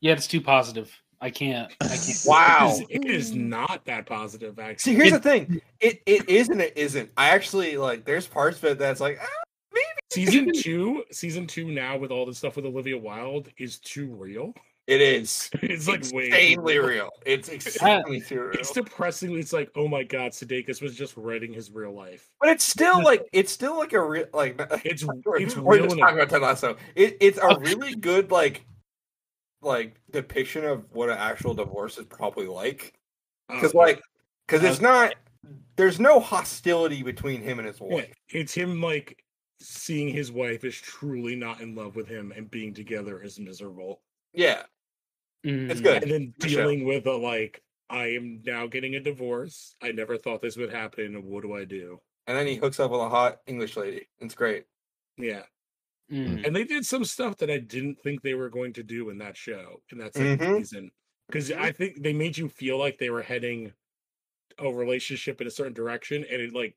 yeah it's too positive. I can't I can't Wow. It is- it is not that positive. See, Actually, here's the thing. It it is and it isn't. I actually like. There's parts of it that's like, ah, season two, season two now with all the stuff with Olivia Wilde is too real. *laughs* it is It's like way too insanely real. It's insanely too real. It's depressingly. It's like, oh my god, Sudeikis was just writing his real life. But it's still like it's still like a real like *laughs* It's we're, it's we're real. just and- talking about Ted Lasso. It, it's a really good like like depiction of what an actual divorce is probably like because oh, like because it's not there's no hostility between him and his yeah, wife. it's him like seeing his wife is truly not in love with him and being together is miserable. Yeah, it's Mhm. good. and then Good show. dealing with a like i am now getting a divorce i never thought this would happen what do i do And then he hooks up with a hot English lady. It's great. yeah Mhm. and they did some stuff that i didn't think they were going to do in that show in that 2nd Mhm. season because i think they made you feel like they were heading a relationship in a certain direction and it like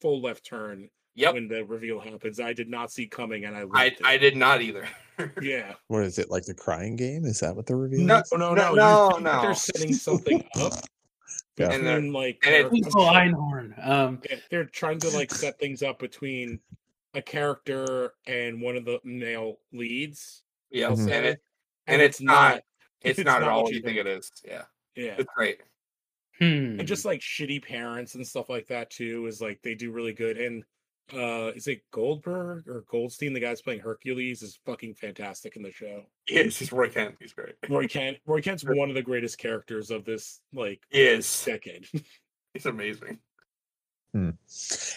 full left turn Yep, when the reveal happens i did not see coming and i I loved I it. did not either. *laughs* yeah Oh, What is it like? The crying game? Is that what the review? No, is? no no, you no, think that no. they're setting something *laughs* up Yeah. And they're- between, like and it's- characters. Cecil Einhorn. Um, Yeah, they're trying to like set things up between a character and one of the male leads. Yeah, I'll Mhm. say, and it and it's not it's, not at all what what you think it is. Yeah, Yeah, it's great. hmm. and just like shitty parents and stuff like that too is like they do really good. And uh is it Goldberg or Goldstein? The guy's playing Hercules is fucking fantastic in the show. Yes, he's Roy Kent. He's great. Roy Kent, Roy Kent's one of the greatest characters of this like Yes, decade. *laughs* he's amazing. Hmm.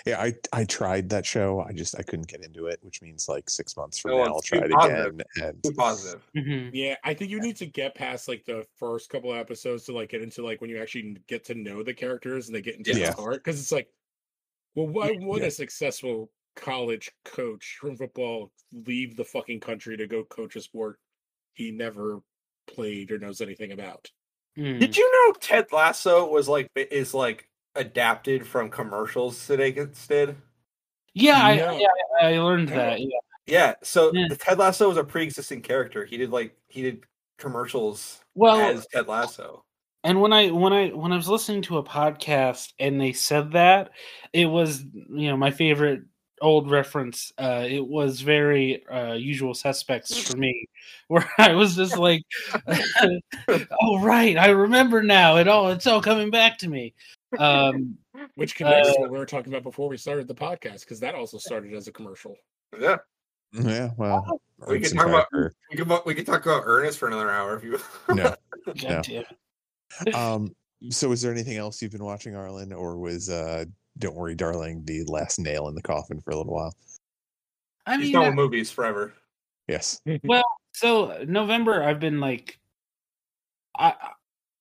Yeah, I I tried that show. I just I couldn't get into it, which means like six months from Oh, now it's I'll too try it positive. again. And Too positive. Mhm. Yeah, I think you need to get past like the first couple of episodes to like get into like when you actually n- get to know the characters and they get into Yeah. the heart because it's like, well, why would Yeah. a successful college coach from football leave the fucking country to go coach a sport he never played or knows anything about? Mhm. Did you know Ted Lasso was like is like adapted from commercials Sudeikis did? Yeah, I, No. yeah, I I learned that. Yeah. Yeah. So Yeah. the Ted Lasso was a pre-existing character. He did like he did commercials Well, as Ted Lasso. and when I when I when I was listening to a podcast and they said that, it was you know my favorite old reference. Uh, it was very uh, usual suspects for me, *laughs* where I was just like, *laughs* "Oh right, I remember now. It all it's all coming back to me." Um, Which connects Uh, to what we were talking about before we started the podcast because that also started as a commercial. Yeah. *laughs* yeah, well, We Ernst and can talk about- Packer. We could mo- we could talk about Ernest for another hour if you. *laughs* No. God damn it. Um. So, is there anything else you've been watching, Arlen, or was uh, "Don't Worry, Darling" the last nail in the coffin for a little while? I He's mean, done I- with movies forever. Yes. So uh, November, I've been like, I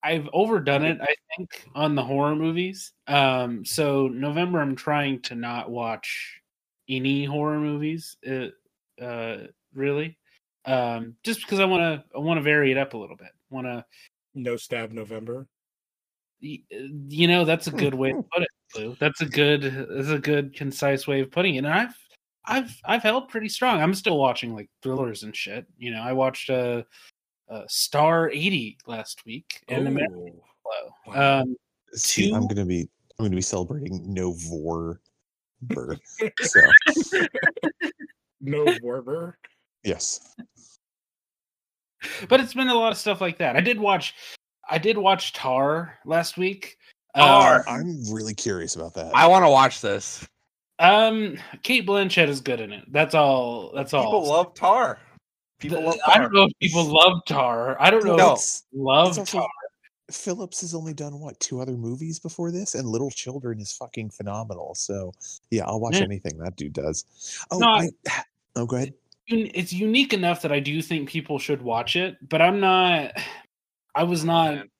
I've overdone it. I think on the horror movies. Um, so November, I'm trying to not watch any horror movies. Uh, uh really, um, just because I want to I want to vary it up a little bit. Want to, No stab November. you know, that's Hmm. a good way to put it. Lou. That's a good that's a good concise way of putting it. And I've I've I've held pretty strong. I'm still watching like thrillers and shit. You know, I watched uh, uh, Star 80 last week and American Ooh, Flow. wow. Um, See, I'm Two- gonna be I'm gonna be celebrating *laughs* November. so no Werber. yes, but it's been a lot of stuff like that. I did watch I did watch Tar last week. Uh, Tar. Um, I'm really curious about that. want to watch this. Um, um, Kate Blanchett is good in it. That's all. That's all. People love Tar. The- People love I Tar. don't know if people love Tar. I don't know. No. If people love It's also- Tar. Phillips has only done what two other movies before this, and Little Children is fucking phenomenal. So yeah, I'll watch Yeah. anything that dude does. *sighs* Oh, No, I, oh, go ahead. *laughs* un- it's unique enough that I do think people should watch it, but I'm not. I was not man.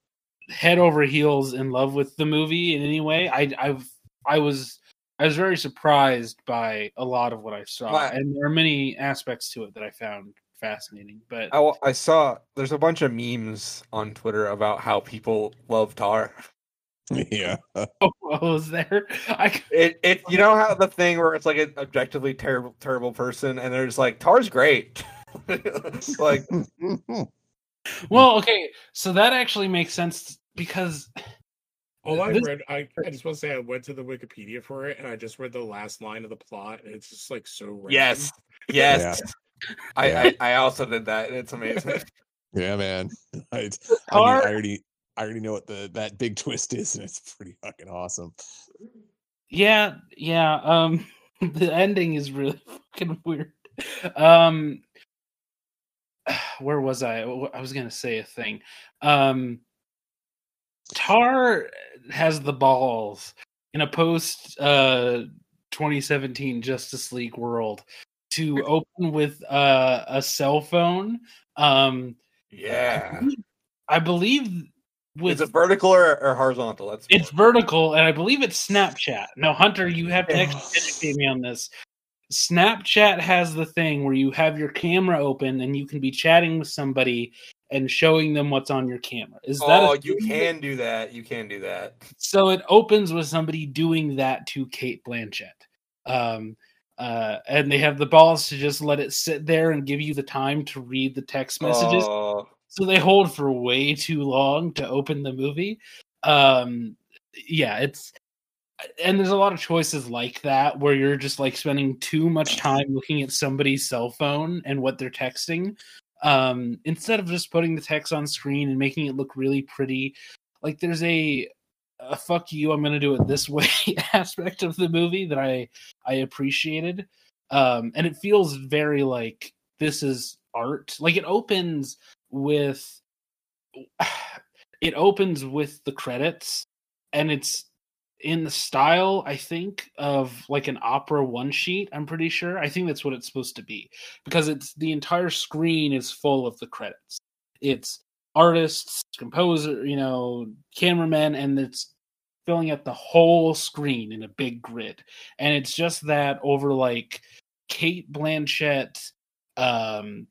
head over heels in love with the movie in any way. I I've I was I was very surprised by a lot of what I saw, Why? and there are many aspects to it that I found fascinating. But I, wa- I saw there's a bunch of memes on Twitter about how people love Tar. yeah. *laughs* oh, I was there. I It it you know how the thing where it's like an objectively terrible terrible person and there's like Tar's great. *laughs* like well, okay, so that actually makes sense because All I This- read, I, I just want to say, I went to the Wikipedia for it, and I just read the last line of the plot, and it's just like so. Random. yes. Yes. *laughs* I, Yeah. I I also did that and it's amazing. *laughs* *laughs* Yeah, man. *laughs* I, I, mean, Tar- I already I already know what the that big *laughs* twist is, and it's pretty fucking awesome. Yeah, yeah. Um *laughs* the ending is really *laughs* fucking weird. Um where was I? Wh- I was going to say a thing. Um Tar has the balls in a post uh 2017 Justice League world to open with uh, a cell phone. Um Yeah. I believe Is with it vertical or, or horizontal? That's it's vertical, and I believe it's Snapchat. Now, Hunter, you have to actually educate me on this. Snapchat has the thing where you have your camera open and you can be chatting with somebody and showing them what's on your camera. Is that a Oh, you thing? can do that. You can do that. So it opens with somebody doing that to Kate Blanchett. Um, uh, and they have the balls to just let it sit there and give you the time to read the text messages. Oh, So they hold for way too long to open the movie. Um yeah, it's and there's a lot of choices like that where you're just like spending too much time looking at somebody's cell phone and what they're texting um instead of just putting the text on screen and making it look really pretty. Like there's a a fuck you, I'm going to do it this way *laughs* aspect of the movie that I I appreciated. Um and it feels very like this is art. Like it opens with *sighs* it opens with the credits and it's in the style i think of like an opera one sheet i'm pretty sure i think that's what it's supposed to be because it's the entire screen is full of the credits it's artists composer you know cameramen and it's filling up the whole screen in a big grid and it's just that over like kate blanchett um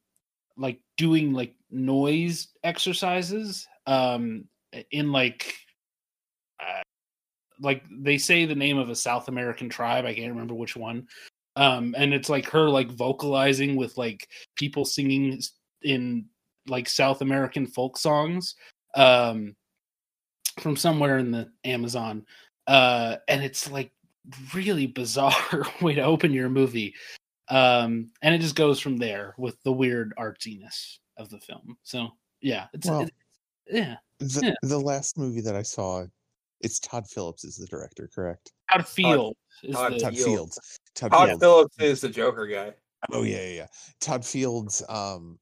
like doing like noise exercises um in like uh, like they say the name of a south american tribe i can't remember which one um and it's like her like vocalizing with like people singing s- in like south american folk songs um from somewhere in the amazon uh and it's like really bizarre *laughs* way to open your movie um and it just goes from there with the weird artsiness of the film so yeah it's Well- it- yeah The Yeah. the last movie that I saw, it's Todd Phillips is the director, correct? how to feel is Todd- the, Todd Fields. Fields. Todd, Todd Fields. Phillips is the Joker guy. Oh yeah, yeah, yeah. Todd Fields. Um,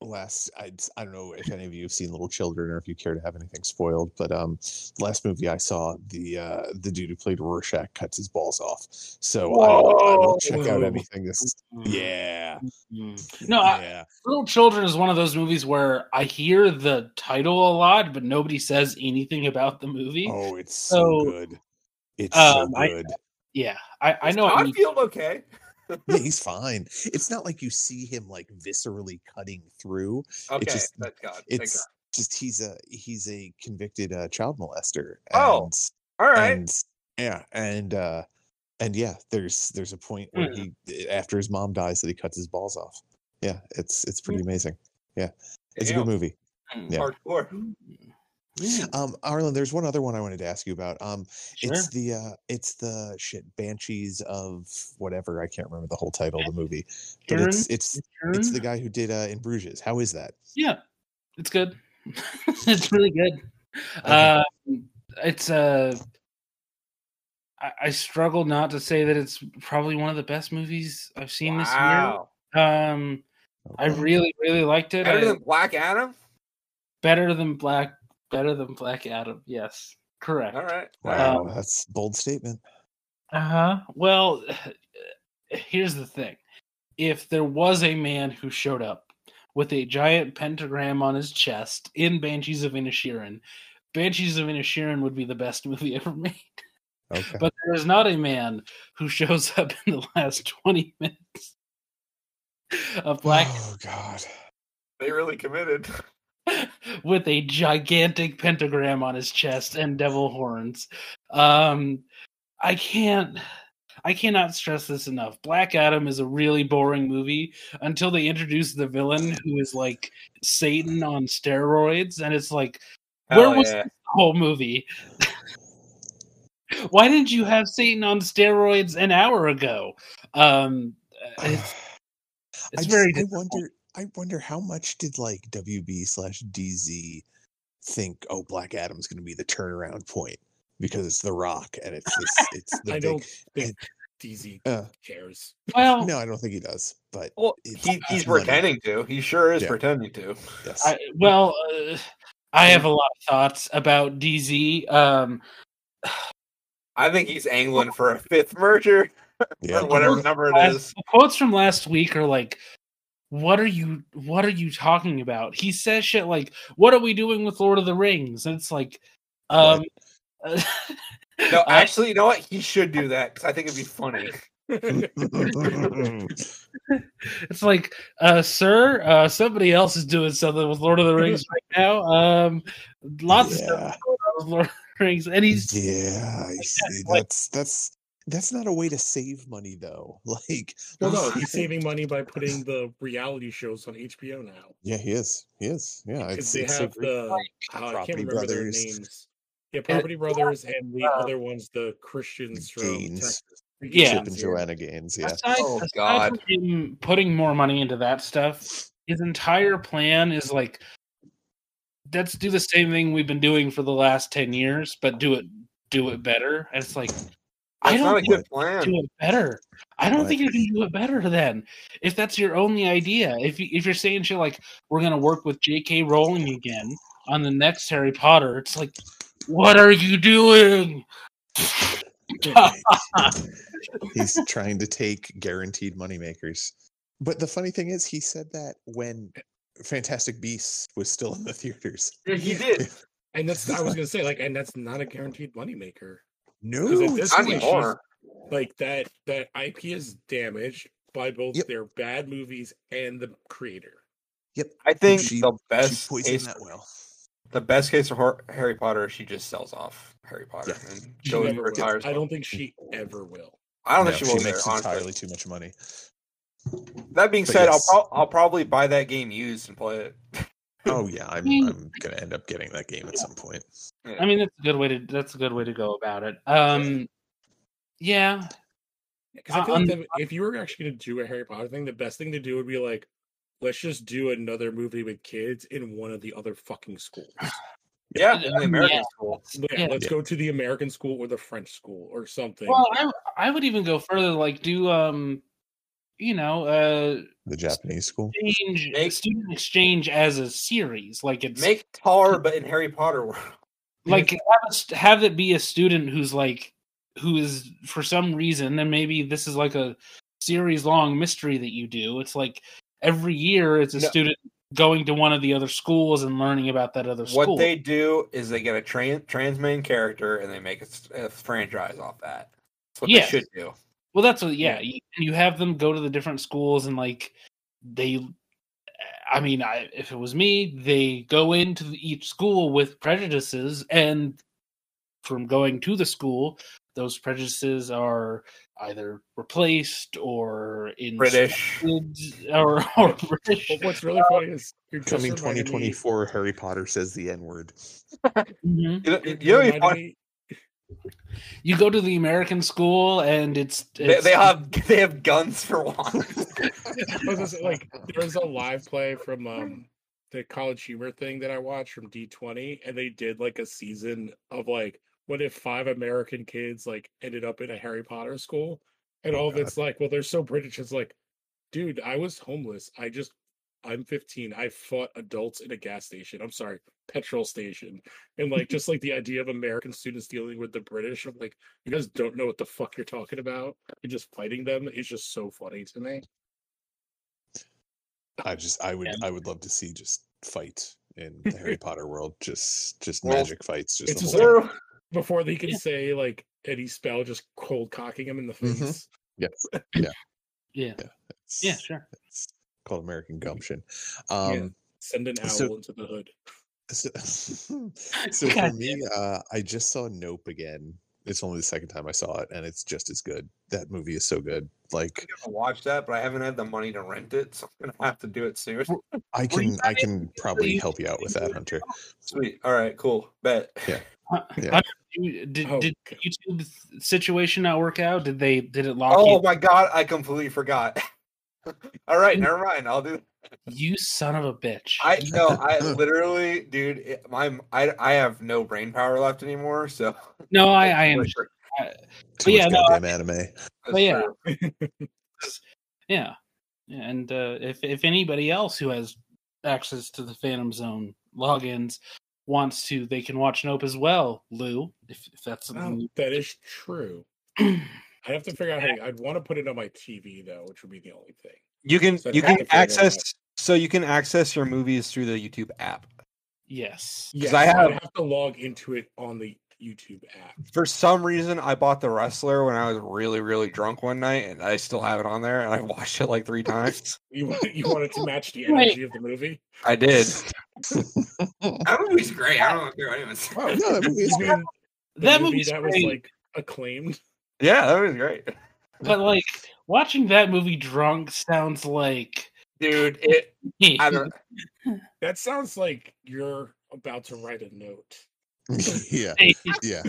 last I, I don't know if any of you have seen Little Children or if you care to have anything spoiled, but um, last movie I saw the uh the dude who played Rorschach cuts his balls off. So I will, I will check out Whoa. anything. This yeah, Mm. Mm-hmm. no I, yeah, little children is one of those movies where i hear the title a lot but nobody says anything about the movie oh, it's so, so, good. It's um, so I- good. yeah i i Is know I Todd need- Field okay. yeah, he's fine. It's not like you see him like viscerally cutting through. Okay, just- that's God. Thank It's just he's a he's a convicted uh, child molester. Oh. and God. All right. and yeah and uh and yeah there's there's a point where Hmm. he eh, after his mom dies that he cuts his balls off yeah it's it's pretty amazing yeah it's a Damn. good movie yeah. Hardcore. Mm. um arlen there's one other one i wanted to ask you about um Sure. it's the uh it's the shit banshees of whatever i can't remember the whole title of the movie but Karen? it's it's it's Karen? the guy who did uh in bruges how is that Yeah, it's good. *laughs* it's really good. Uh, it's Uh, I, I struggle not to say that it's probably one of the best movies I've seen Wow. this year. Um, I Okay. really, really liked it. Better I- than Black Adam. better than Black. Better than Black Adam. Yes, correct. All right. wow um, that's bold statement *sighs* Uh huh. Well, here's the thing. if there was a man who showed up with a giant pentagram on his chest in Banshees of Inishirin, Banshees of Inishirin would be the best movie *laughs* ever made. Okay. But there is not a man who shows *laughs* up in the last 20 minutes of Black Oh God. They really committed. *laughs* with a gigantic pentagram on his chest and devil horns. Um, I can't. I cannot stress this enough. Black Adam is a really boring movie until they introduce the villain who is like Satan on steroids, and it's like, where Hell was yeah. this whole movie? *laughs* Why didn't you have Satan on steroids an hour ago? Um, *sighs* *laughs* it's, I it's just- very. I difficult. wonder. I wonder how much did like WB slash DZ think? Oh, Black Adam's going to be the turnaround point because it's The Rock and it's this, it's the *laughs* I big. don't Oh. think DZ Uh, *laughs* cares. *laughs* Well, no, I don't think he does. But Well, it's he, he's money. pretending to. He sure is Yeah. pretending to. Yes. I, well, uh, I have a lot of thoughts about DZ. Um, I think he's angling for a fifth merger yeah. or *laughs* *laughs* whatever number it is. the quotes from last week are like, "What are you? What are you talking about?" He says shit like, "What are we doing with Lord of the Rings?" And it's like, um, *laughs* No, I- actually, you know what? He should do that because I think it'd be funny. it's like, uh, sir, uh, somebody else is doing something with Lord of the Rings right now. Um, lots of Yeah. stuff going on with Lord of the Rings, and he's yeah, I see. like- That's that's that's not a way to save money though. *laughs* Like, *laughs* Well, no, he's saving money by putting the reality shows on HBO now. Yeah, he is. He is. Yeah, Because it's, they it's so have great. the oh, I can't Property remember Brothers. their names. Yeah, Property Brothers and the uh, other ones, the Christians from Gaines. Texas. The Yeah. Chip and Gaines, Joanna Gaines. Yeah, Aside, Oh, aside God. from him putting more money into that stuff, his entire plan is like, let's do the same thing we've been doing for the last ten years, but do it, do it better. And it's like, I That's don't not a think good you plan. can do it better. I don't Right. think you can do it better then. If that's your only idea, if you, if you're saying shit like, we're gonna work with J.K. Rowling again on the next Harry Potter, it's like, what are you doing? *laughs* he's trying to take guaranteed moneymakers. But the funny thing is, he said that when Fantastic Beasts was still in the theaters. He did. And that's I *laughs* was gonna say, like, and that's not a guaranteed moneymaker. No, at this it's Not not. point, she's- anymore. Like that that IP is damaged by both Yep. their bad movies and the creator. Yep, I think She- the she's best poisoned case, that well. the best case of Har- Harry Potter, is she just sells off Harry Potter Yeah. and She goes and never will. retires. I don't think she ever will. I don't No, think she she will. makes there, honestly. entirely too much *laughs* money. That being But said, yes. I'll pro- I'll probably buy that game used and play it. Oh yeah, I'm mean- I'm gonna end up getting that game at some point. I mean, that's a good way to that's a good way to go about it. Um, yeah, Because I Uh, feel like um, that if you were actually going to do a Harry Potter thing, the best thing to do would be like, let's just do another movie with kids in one of the other *laughs* fucking schools. Yeah, Yeah. in the American Yeah. school. Yeah, Yeah. let's go to the American school or the French school or something. Well, I I would even go further, like do um, you know, uh, The Japanese school. exchange Make- student exchange as a series, like it's Make Tar, but in Harry Potter world. like have, a st- have it be a student who's like who is for some reason, and maybe this is like a series long mystery that you do. It's like every year it's a No. student going to one of the other schools and learning about that other school. What they do is they get a trans trans main character and they make a, s- a franchise off that. That's what Yeah. they should do. Well, that's what, yeah. You, you have them go to the different schools and like they. I mean, I, if it was me, they go into the- each school with prejudices, and from going to the school, those prejudices are either replaced or in British. or, *laughs* or *laughs* British. But what's really funny is you're just Coming reminding me- 2024, Harry Potter says the N word. Mhm. You know, you're- you know you're what'd be reminding funny? me- You go to the American school, and it's, They, it's they have *laughs* they have guns for one. *laughs* I was just, like, there was a live play from um, the college humor thing that I watched from D20, and they did like a season of like, what if five American kids like ended up in a Harry Potter school? And Oh, all God. that's like, well, they're so British. It's like, dude, I was homeless. I just, I'm 15. I fought adults in a gas station. I'm sorry, petrol station. And like, just like the idea of American students dealing with the British, I'm like, you guys don't know what the fuck you're talking about. And just fighting them is just so funny to me. I just I would Yeah. I would love to see just fight in the *laughs* Harry Potter world. Just just Well, magic fights. Just it's the just whole like- time. before they could Yeah. say like any spell, just cold cocking him in the Mhm. face. yes. Yeah. It's, Yeah. Sure. it's called American Gumption. Um *laughs* Send an owl So- into the hood. *laughs* so, so for God me, uh I just saw Nope again. It's only the second time I saw it and it's just as good. That movie is so good. Like gonna watch that, but I haven't had the money to rent it, so I'm gonna have to do it I soon. *laughs* Were you can I not able can probably you help you out with that, *laughs* Hunter. Sweet. All right. Cool. Bet. Yeah. Huh, Yeah. Hunter, you- Did, Oh, did God. YouTube s- situation not work out? Did they? Did it lock Oh my god, I completely forgot. *laughs* All right, never mind. I'll do. you? You son of a bitch! I no, I literally, dude. It, my I I have no brain power left anymore. So no, *laughs* I, I am. Too yeah, much no, goddamn *laughs* anime. *laughs* That's yeah. true. Yeah, Yeah, and uh, if if anybody else who has access to the Phantom Zone logins wants to, they can watch Nope as well. Lou, if, if that's something. Oh, that is true. you- *clears throat* I have to figure out how I'd want to put it on my TV though, which would be the only thing. You can So you I have can to figure it access so you can access your movies through the YouTube app. yes. Yes, I I have... have- would have to log into it on the YouTube app. For some reason, I bought The Wrestler when I was really really drunk one night, and I still have it on there, and I *laughs* watched it like three times. You want you want it to match the Right. energy of the movie? *laughs* I did. that movie's great. I don't care what *laughs* anyone says. Oh no, that movie is You good. mean the That movie movie's that was great. like acclaimed. Yeah, that was great, But like watching that movie drunk sounds like dude. *laughs* It. *laughs* I don't. That sounds like you're about to write a note. yeah. yeah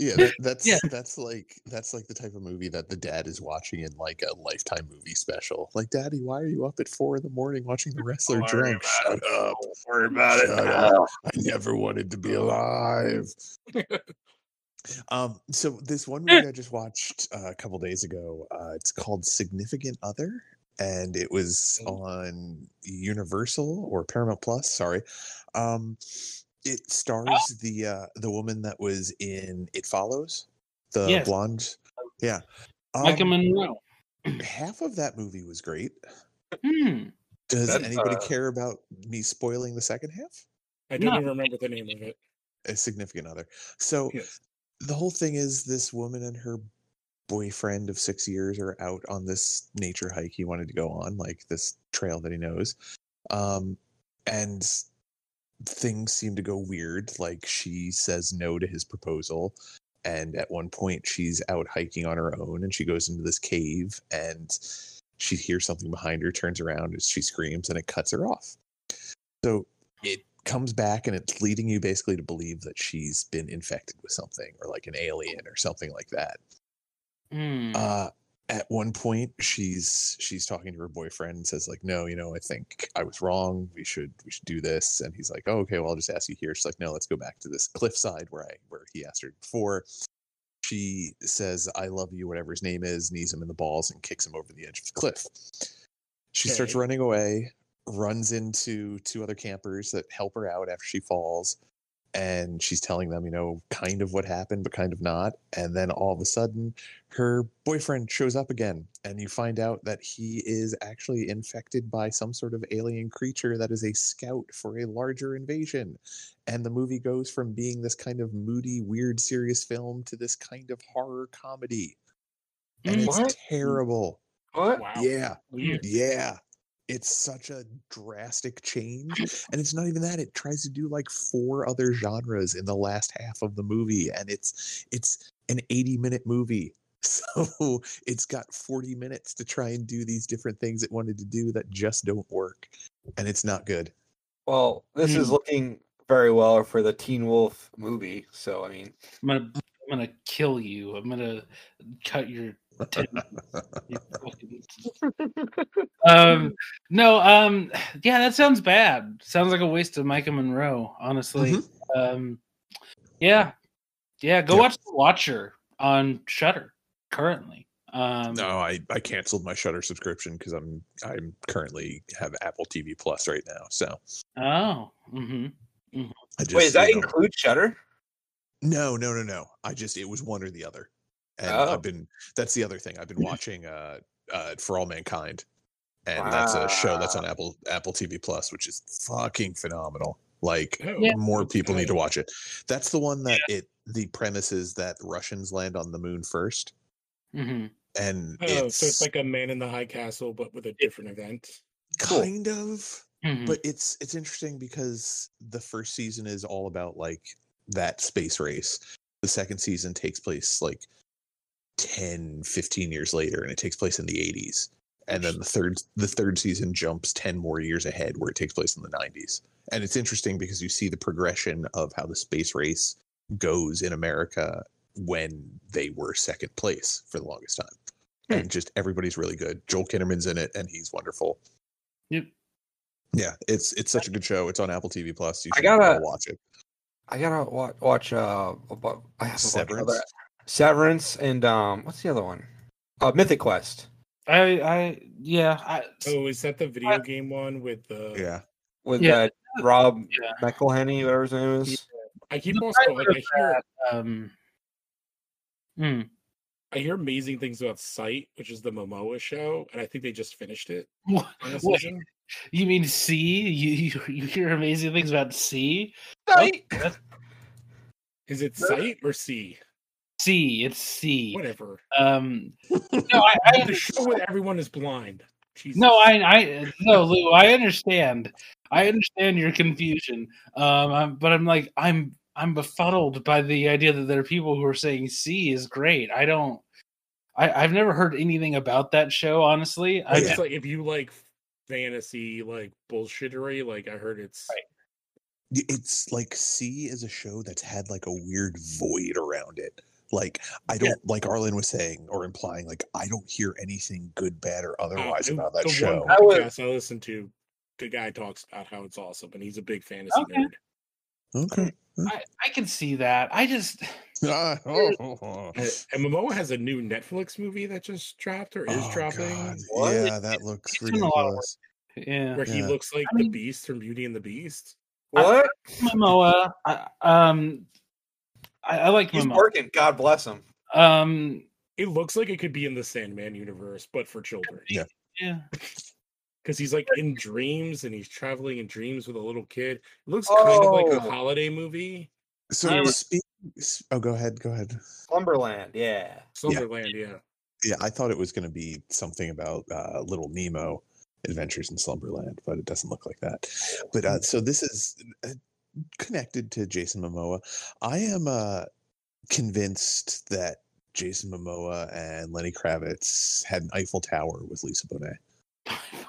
yeah that, that's Yeah. that's like that's like the type of movie that the dad is watching in like a lifetime movie special like daddy why are you up at four in the morning watching *laughs* the wrestler Don't worry drunk shut up worry about Shut up. i never wanted to be alive um so this one movie i just watched uh, a couple days ago uh it's called significant other and it was Mm. on universal or paramount plus sorry um it stars the uh the woman that was in it follows the Yes. blonde yeah Michael Um, Monroe. half of that movie was great Hmm. does That's, anybody uh, care about me spoiling the second half I don't No. even remember the name of it. a significant other so Yes. the whole thing is this woman and her boyfriend of six years are out on this nature hike he wanted to go on, like this trail that he knows. Um, and things seem to go weird. Like she says no to his proposal. And at one point, she's out hiking on her own and she goes into this cave and she hears something behind her, turns around, and she screams, and it cuts her off. So it comes back and it's leading you basically to believe that she's been infected with something or like an alien or something like that. Hmm. Uh, at one point, she's she's talking to her boyfriend and says like, "No, you know, I think I was wrong. We should we should do this." And he's like, "Oh, okay. Well, I'll just ask you here." She's like, "No, let's go back to this cliffside where I where he asked her before." She says, "I love you," whatever his name is, knees him in the balls and kicks him over the edge of the cliff. She starts Okay. running away, runs into two other campers that help her out after she falls and she's telling them, you know, kind of what happened, but kind of not. And then all of a sudden, her boyfriend shows up again, and you find out that he is actually infected by some sort of alien creature that is a scout for a larger invasion. And the movie goes from being this kind of moody, weird, serious film to this kind of horror comedy. And What? it's terrible. What? Wow. Yeah. Weird. Yeah. It's such a drastic change. And it's not even that. It tries to do like four other genres in the last half of the movie. And it's it's an 80 minute movie. *laughs* So it's got 40 minutes to try and do these different things it wanted to do that just don't work. And it's not good. Well, this is Hmm. looking very well for the Teen Wolf movie. So I mean, I'm gonna I'm gonna kill you. I'm gonna cut your *laughs* You fucking- *laughs* um no um yeah that sounds bad sounds like a waste of micah monroe honestly Mm-hmm. um yeah yeah go Yeah. watch the watcher on shutter currently um no, I, I canceled my Shutter subscription because I'm I'm currently have Apple TV Plus right now. So oh hmm I just wait, does that you know, include Shutter? No, no, no, no. I just it was one or the other. And Oh. I've been that's the other thing. I've been watching uh uh For All Mankind. and that's a show that's on Apple Apple TV Plus, which is fucking phenomenal. Like Oh, Yeah. more people need to Okay. watch it. That's the one that it the premise is that Russians land on the moon first, hmm and Oh, it's, so it's like a man in the high castle, but with a different event. cool. kind of mm-hmm. but it's it's interesting because the first season is all about like that space race the second season takes place like 10 15 years later and it takes place in the 80s and then the third the third season jumps 10 more years ahead where it takes place in the 90s and it's interesting because you see the progression of how the space race goes in america when they were second place for the longest time Hmm. and just everybody's really good joel kinnerman's in it and he's wonderful Yep. yeah, it's it's such a good show. It's on Apple TV Plus. You I should gotta- all watch it. I gotta watch watch uh about, I have to watch Severance. other- Severance and um what's the other one? Uh, Mythic Quest I, I, yeah, I, Oh, is that the video game one with uh, the? Yeah, with Yeah. uh, Rob Yeah. McElhenney, whatever his name is. I keep The also pilot like I of hear um, mm. I hear amazing things about Sight, which is the Momoa show, and I think they just finished it What- on a what- season. you mean C? You, you you hear amazing things about C? Right? Is it Sight or C? C, it's C. Whatever. Um, no, I, I The show where everyone is blind. Jesus. No, I, I, no, Lou, I understand. I understand your confusion. Um, I'm- but I'm like, I'm, I'm befuddled by the idea that there are people who are saying C is great. I don't, I, I've never heard anything about that show. Honestly, I It's Yeah. just, like if you like fantasy, like bullshittery, like I heard it's Right. Y- it's like C is a show that's had like a weird void around it. Like I Yeah. don't like Arlen was saying or implying. Like I don't hear anything good, bad, or uh, otherwise it- about that the show. One Oh, I would- podcast I, listen to, the guy talks about how it's awesome, and he's a big fantasy Okay. nerd. *laughs* okay. I, I can see that. I just, Ah, oh, oh, oh. Uh, *laughs* And Momoa has a new Netflix movie that just dropped or is Oh, dropping, God. What? Yeah, that looks It's in a lot of work. ridiculous. yeah, where he Yeah. looks like I the mean- Beast from Beauty and the Beast. What? Momoa. I, um, I, I like He's Momoa. working. God bless him. Um, It looks like it could be in the Sandman universe, but for children, yeah, because he's like in dreams and he's traveling in dreams with a little kid. It looks kind of like a Oh. holiday movie, So I- speak. s- Oh, go ahead. Go ahead. Slumberland. Yeah. Slumberland. Yeah, Yeah, I thought it was going to be something about uh, Little Nemo Adventures in Slumberland, but it doesn't look like that. But Mm. uh, so this is uh, connected to Jason Momoa. I am uh, convinced that Jason Momoa and Lenny Kravitz had an Eiffel Tower with Lisa Bonet.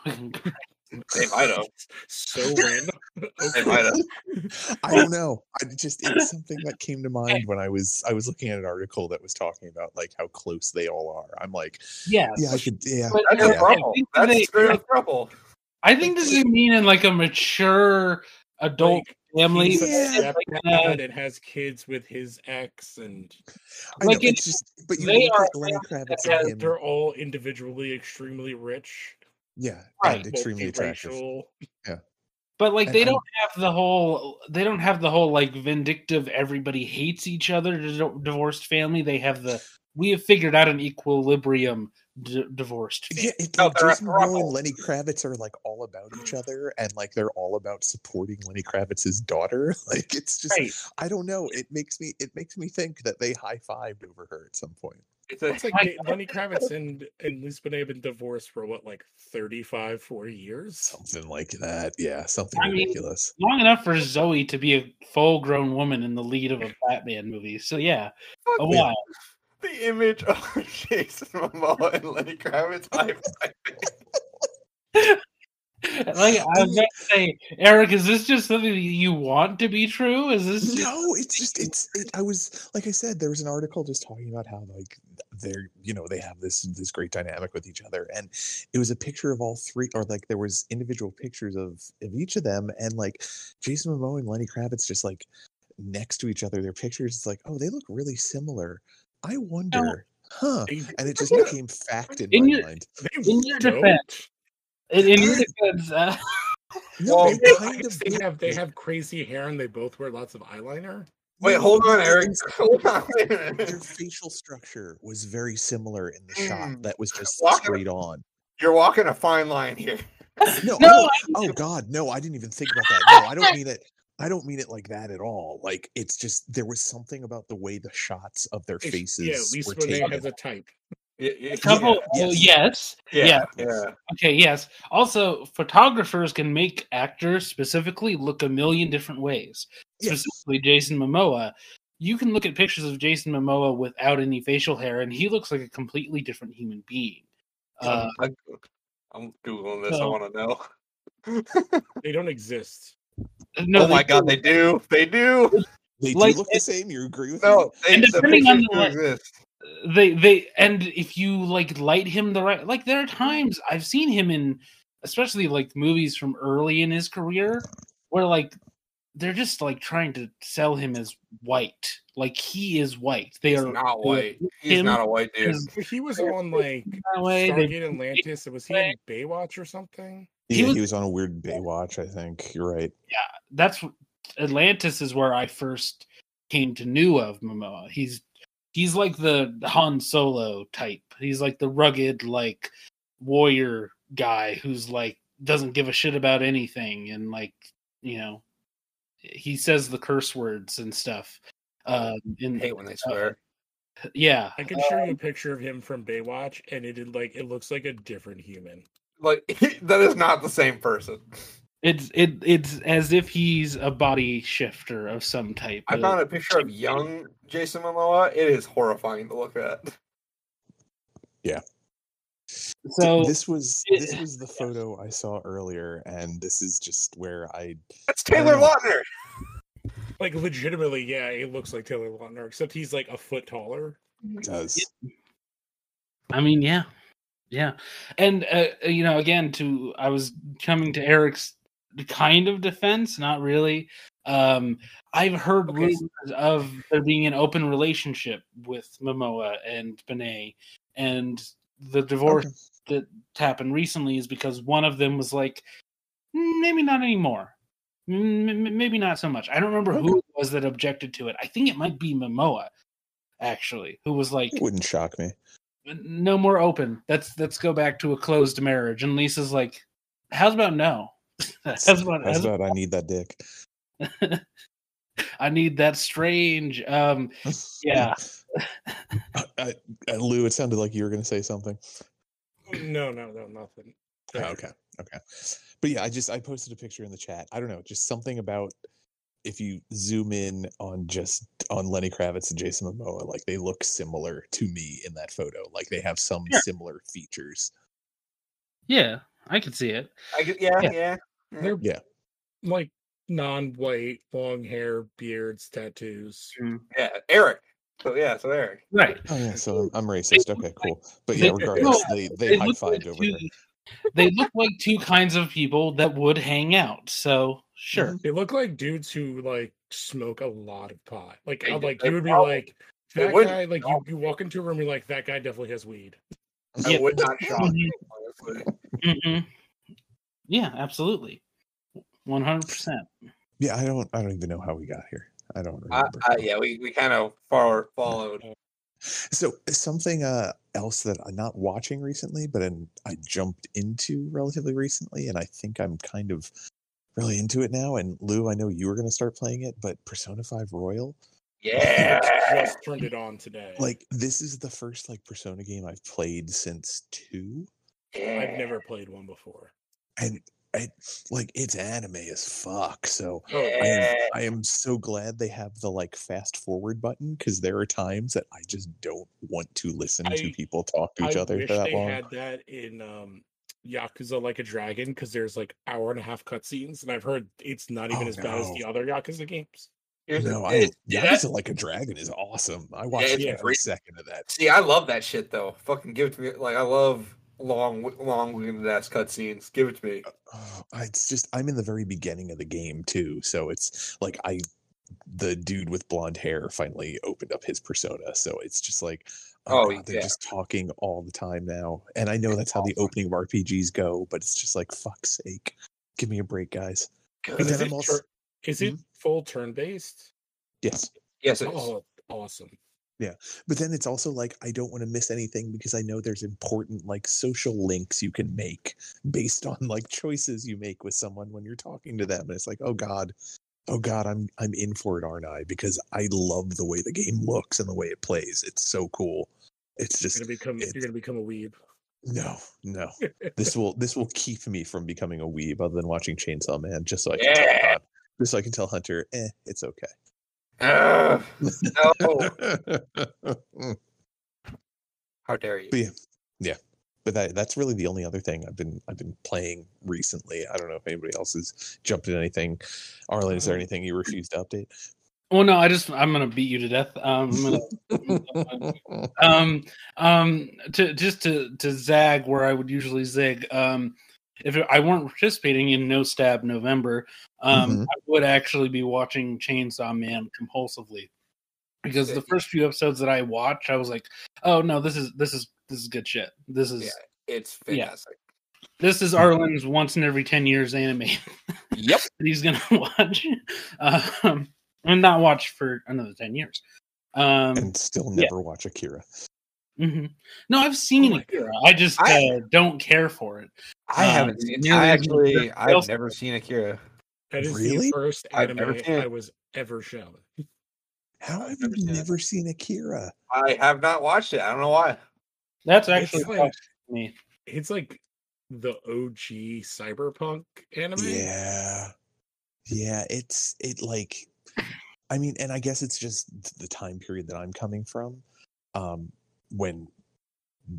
They might have. so random. They okay. might have. I *laughs* don't know. I just it's something that came Eh. to mind when I was I was looking at an article that was talking about like how close they all are. I'm like, yes. yeah, I could, yeah, But That's I- a Yeah. trouble. I think That's they- straight up trouble. I think this is mean in like a mature adult Like, family. He's a Yeah. Like, uh, stepdad and has kids with his ex, and I know, like it- it's just, but you they look are at Lenny Kravitz that and him, they're all individually extremely rich, yeah, Right. and extremely attractive. multiracial. but like and they I'm- don't have the whole they don't have the whole like vindictive everybody hates each other di- divorced family. They have the we have figured out an equilibrium d- divorced family. Yeah, it's No, like they're a Jason Momoa and throuple. Lenny Kravitz are like all about each other, and like they're all about supporting Lenny Kravitz's daughter. *laughs* Like it's just, Right. I don't know. It makes me, it makes me think that they high fived over her at some point. It's a, It's like I- they- Lenny Kravitz and and Lisa Bonet have been divorced for what, like 35, 40 years. Something like that. Yeah, something I mean- ridiculous. Long enough for Zoe to be a full grown woman in the lead of a Batman movie. So yeah, a Fuck yeah. while. *laughs* the image of Jason Momoa and Lenny Kravitz. I, I, Like I'm gonna say, Eric, is this just something that you want to be true? Is this just No, it's just it's. It, I was like I said, there was an article just talking about how like they're you know they have this this great dynamic with each other, and it was a picture of all three, or like there was individual pictures of of each of them, and like Jason Momoa and Lenny Kravitz just like next to each other, their pictures. It's like oh, they look really similar. I Um, wonder, huh? They, And it just Yeah. became fact in In my your- mind. they in your don't. defense, in, in your defense, uh, No, Well, it *laughs* They, kind of they did. have they have crazy hair and they both wear lots of eyeliner. wait, No, hold on, it Eric. *laughs* is- Hold on. Wait a Their *laughs* minute. facial structure was very similar in the shot Mm. that was just Walker- straight on. You're walking a fine line here. No, I No, don't- I- oh God, no, I didn't even think about that. No, I don't mean it. I don't mean it like that at all. Like it's just there was something about the way the shots of their It's- faces yeah, at least were when they taken. has a type. Y- y- a couple. well, yes. yes. yeah, yeah. Okay, yes. Also, photographers can make actors specifically look a million different ways. Yes. Specifically, Jason Momoa. You can look at pictures of Jason Momoa without any facial hair, and he looks like a completely different human being. Uh, I'm, I'm googling this. I so- want to know. They don't exist. no, oh my they- god, they do. They do. They Like, do look the same. You agree with me? No, they, And the depending pictures on do the- exist. they they and if you like light him the right like there are times i've seen him in especially like movies from early in his career where like they're just like trying to sell him as white like he is white they He's are not they are white. He's him not a white dude. is- He was on like that way they, Stargate Atlantis. and Was he in Baywatch or something? He Yeah, was- he was on a weird Baywatch. I think you're right. that's atlantis is where i first came to knew of momoa he's he's like the han solo type he's like the rugged like warrior guy who's like doesn't give a shit about anything and like you know he says the curse words and stuff um I in hate when they swear. yeah I can Um, show you a picture of him from Baywatch, and it did like it looks like a different human. Like *laughs* that is not the same person. it's it it's as if he's a body shifter of some type I Uh, found a picture of young Jason Momoa. It is horrifying to look at. *laughs* Th- so this was it- this was the photo I saw earlier, and this is just where I That's Taylor Oh. Lautner. Like legitimately, yeah, it looks like Taylor Lautner, except he's like a foot taller. does. I mean, yeah, yeah, and uh, you know, again, to I was coming to Eric's kind of defense, not really. Um, I've heard Okay. rumors of there being an open relationship with Momoa and Benet, and the divorce Okay. that happened recently is because one of them was like, "Mm, maybe not anymore. M- m- maybe not so much. I don't remember who it was that objected to it. I think it might be Momoa, actually, who was like, It wouldn't shock me. no more open. Let's let's go back to a closed marriage. And Lisa's like, how's about no? *laughs* how's about, How's how's- about I need that dick? I need that strange. Um, yeah. Uh, uh, uh, Lou, it sounded like you were going to say something. No, no, no, nothing. Oh, Like, okay. Okay. But yeah, I just I posted a picture in the chat. I don't know, just something about if you zoom in on just on Lenny Kravitz and Jason Momoa, like they look similar to me in that photo. Like they have some Sure. similar features. Yeah, I could see it. I get, yeah, Yeah. yeah. They're Yeah. like non-white, long hair, beards, tattoos. Hmm. Yeah, Eric. So yeah, so Eric. Right. Oh yeah, so I'm, I'm racist. Okay, cool. But They- yeah, regardless, no, they they high look like fived over two- here. *laughs* they look like two kinds of people that would hang out. So sure. They look like dudes who like smoke a lot of pot. Like, They I- do. like They you would be probably- like they that wouldn't guy. Like you, you walk into a room, you're like that guy definitely *laughs* has weed. I Yeah. would not shock Mhm. me, honestly. Mm-hmm. Mhm. Yeah, absolutely. One hundred percent. Yeah, I don't I don't even know how we got here. I don't I, remember. I, yeah, we, we kind of far followed. So something uh, else that I'm not watching recently, but in, I jumped into relatively recently, and I think I'm kind of really into it now. And Lou, I know you were going to start playing it, but Persona Five Royal, I Yeah. just turned it on today. like this is the first like Persona game I've played since two, I've yeah. never played one before. and it like it's anime as fuck. So Oh, I am, Yeah. I am so glad they have the like fast forward button because there are times that I just don't want to listen to I- people talk to each I other wish for that they long. had that in um Yakuza Like a Dragon because there's like hour and a half cutscenes, and I've heard it's not even Oh, as bad as no. the other Yakuza games. Here's the- No, it- I yeah, yeah, that- Yakuza Like a Dragon is awesome. I watched it's every great. second of that. See, I love that shit though. Fucking give it to me. Like I love long, long winded ass cutscenes. Give it to me. Oh, it's just I'm in the very beginning of the game too, so it's like I, the dude with blonde hair finally opened up his persona, so it's just like. Oh, God, they're yeah. just talking all the time now, and I know that's how the awesome. opening of RPGs go, but it's just like fuck's sake, give me a break, guys. Good. But Is then it, I'm Mm-hmm. also tur- is it full turn based? yes, Yes, it is. Oh, awesome! But then it's also like I don't want to miss anything because I know there's important like social links you can make based on like choices you make with someone when you're talking to them. And it's like, oh God, oh God, I'm I'm in for it, aren't I? Because I love the way the game looks and the way it plays. It's so cool. It's You're just gonna become it's- you're gonna become a weeb. *laughs* no, no. This will this will keep me from becoming a weeb other than watching Chainsaw Man, just so I can tell Yeah. Hun- just so I can tell Hunter, eh, it's Ugh, Ah, *laughs* no, *laughs* okay. how dare you? But- but that, that's really the only other thing I've been I've been playing recently. I don't know if anybody else has jumped in anything. Arlen, is there Um, anything you refuse to *laughs* update? Well, no, I just I'm gonna beat you to death. Um, I'm gonna- um, um, to just to to zag where I would usually zig. Um, if I weren't participating in No Stab November, um, Mhm. I would actually be watching Chainsaw Man compulsively because the first few episodes that I watched, I was like, "Oh no, this is this is this is good shit. This is Yeah. It's Yeah. fantastic. this is Arlen's once in every ten years anime." *laughs* Yep. that he's gonna *laughs* watch um and not watch for another 10 years um and still Yeah. never watch Akira. mhm. no i've seen Oh my it i just I- uh, don't care for it I Um, haven't seen. nearly I as actually, much as I've else. never seen Akira. That is Really? the first I've never anime seen it. I was ever shown. How have I've never you seen it. never seen Akira? I have not watched it. I don't know why. that's It's actually like, me it's like the OG cyberpunk anime. Yeah. Yeah, it's it like I mean, and I guess it's just th- the time period that I'm coming from. Um when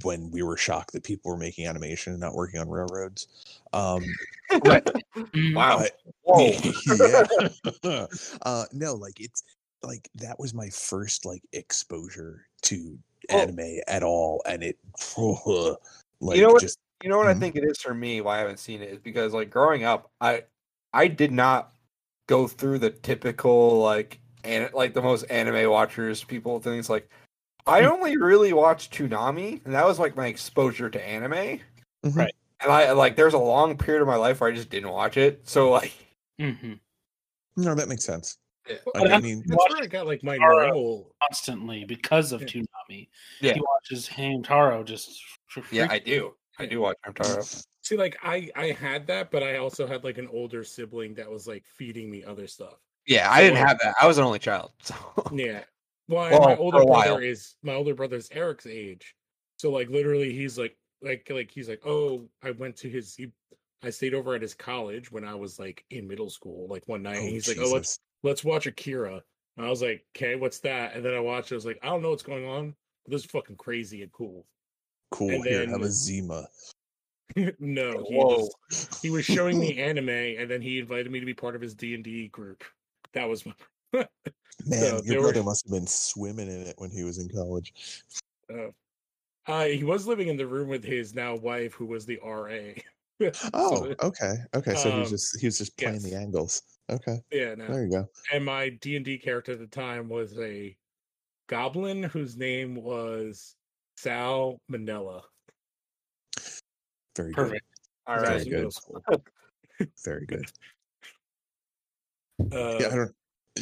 when we were shocked that people were making animation and not working on railroads. Um Mm-hmm. Mhm. Wow. But- Whoa. *laughs* yeah. *laughs* uh, no, like it's like that was my first like exposure to Oh. anime at all, and it *laughs* like know what- just You know what I Mhm. think it is for me why I haven't seen it is because like growing up, I I did not go through the typical like and like the most anime watchers people things like I only really watched Toonami and that was like my exposure to anime. Mm-hmm. Mhm. Right. And I like there's a long period of my life where I just didn't watch it. So like Mhm. No, that makes sense. Yeah. Like, But I I'm- mean, Eh, That's where I got like my Tomorrow. normal. constantly because of Yeah. Toonami. Yeah. he watches Hamtaro just for yeah, free. I do. I do watch Hamtaro. See, like I I had that, but I also had like an older sibling that was like feeding me other stuff. Yeah, I didn't have that. I was an only child. *laughs* So Yeah. Well, and Well, my for older a while. brother is my older brother's Eric's age. So like literally he's like like like he's like, "Oh, I went to his he, I stayed over at his college when I was like in middle school like one night." and he's like, "Oh, let's Jesus. let's watch Akira." And I was like, "Okay, what's that?" And then I watched it. I was like, "I don't know what's going on. But this is fucking crazy and cool." *laughs* cool and here. Have a then- Zima. no, he Whoa. was he was showing me anime and then he invited me to be part of his D&D group. That was my *laughs* Man, uh, there your were- brother must have been swimming in it when he was in college. uh, he was living in the room with his now wife who was the RA. Oh, okay, okay. So he was um, just he was just playing the yes. angles. Okay, *laughs* Yeah, no. there you go. And my D and D character at the time was a goblin whose name was Sal Manella. Very perfect all That was Very right. in middle good. school. good. Very good. Uh, yeah, I don't.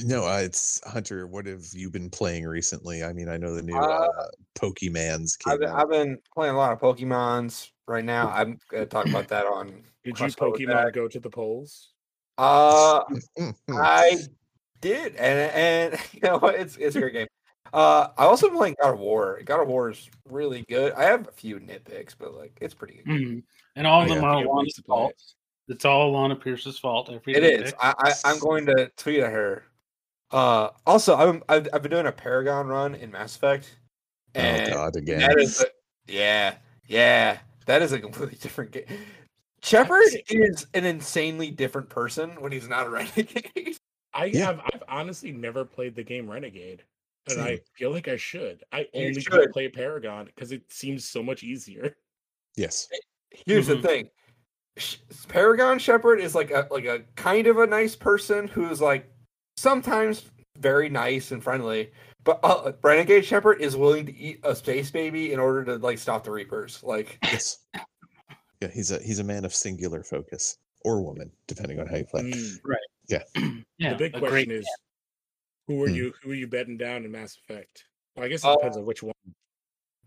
No, uh, it's Hunter. What have you been playing recently? I mean, I know the new uh, Pokemon's I've came been, out. I've been playing a lot of Pokemons right now. I'm gonna talk about that on. did you Crossover Pokemon Back. go to the polls? *laughs* Uh, Mhm. I did, and and *laughs* you know what? It's it's a great game. Uh, I also been playing God of War. God of War is really good. I have a few nitpicks, but like it's pretty good. Mhm. and all of Yeah. them I are can't wait Alana's to play fault it's all Alana Pierce's fault every It day. is. I, I I'm going to tweet at her. Uh, also, I'm I've, I've been doing a Paragon run in Mass Effect, oh and God, again. that is a, yeah yeah that is a completely *laughs* different game. Shepard see- is an insanely different person when he's not a *laughs* renegade. I Yeah. have. I've honestly never played the game Renegade, and I Same. feel like I should. I You only should. play Paragon because it seems so much easier. yes. Here's Mhm. the thing. Sh- Paragon Shepherd is like a like a kind of a nice person who's like sometimes very nice and friendly, but uh, Renegade Shepherd is willing to eat a space baby in order to like stop the Reapers. Like Yes. Yeah, he's a he's a man of singular focus or woman, depending on how you play. Mm, yeah, the big a question great- is, who are Hmm. you? Who are you betting down in Mass Effect? Well, I guess it Uh, depends on which one.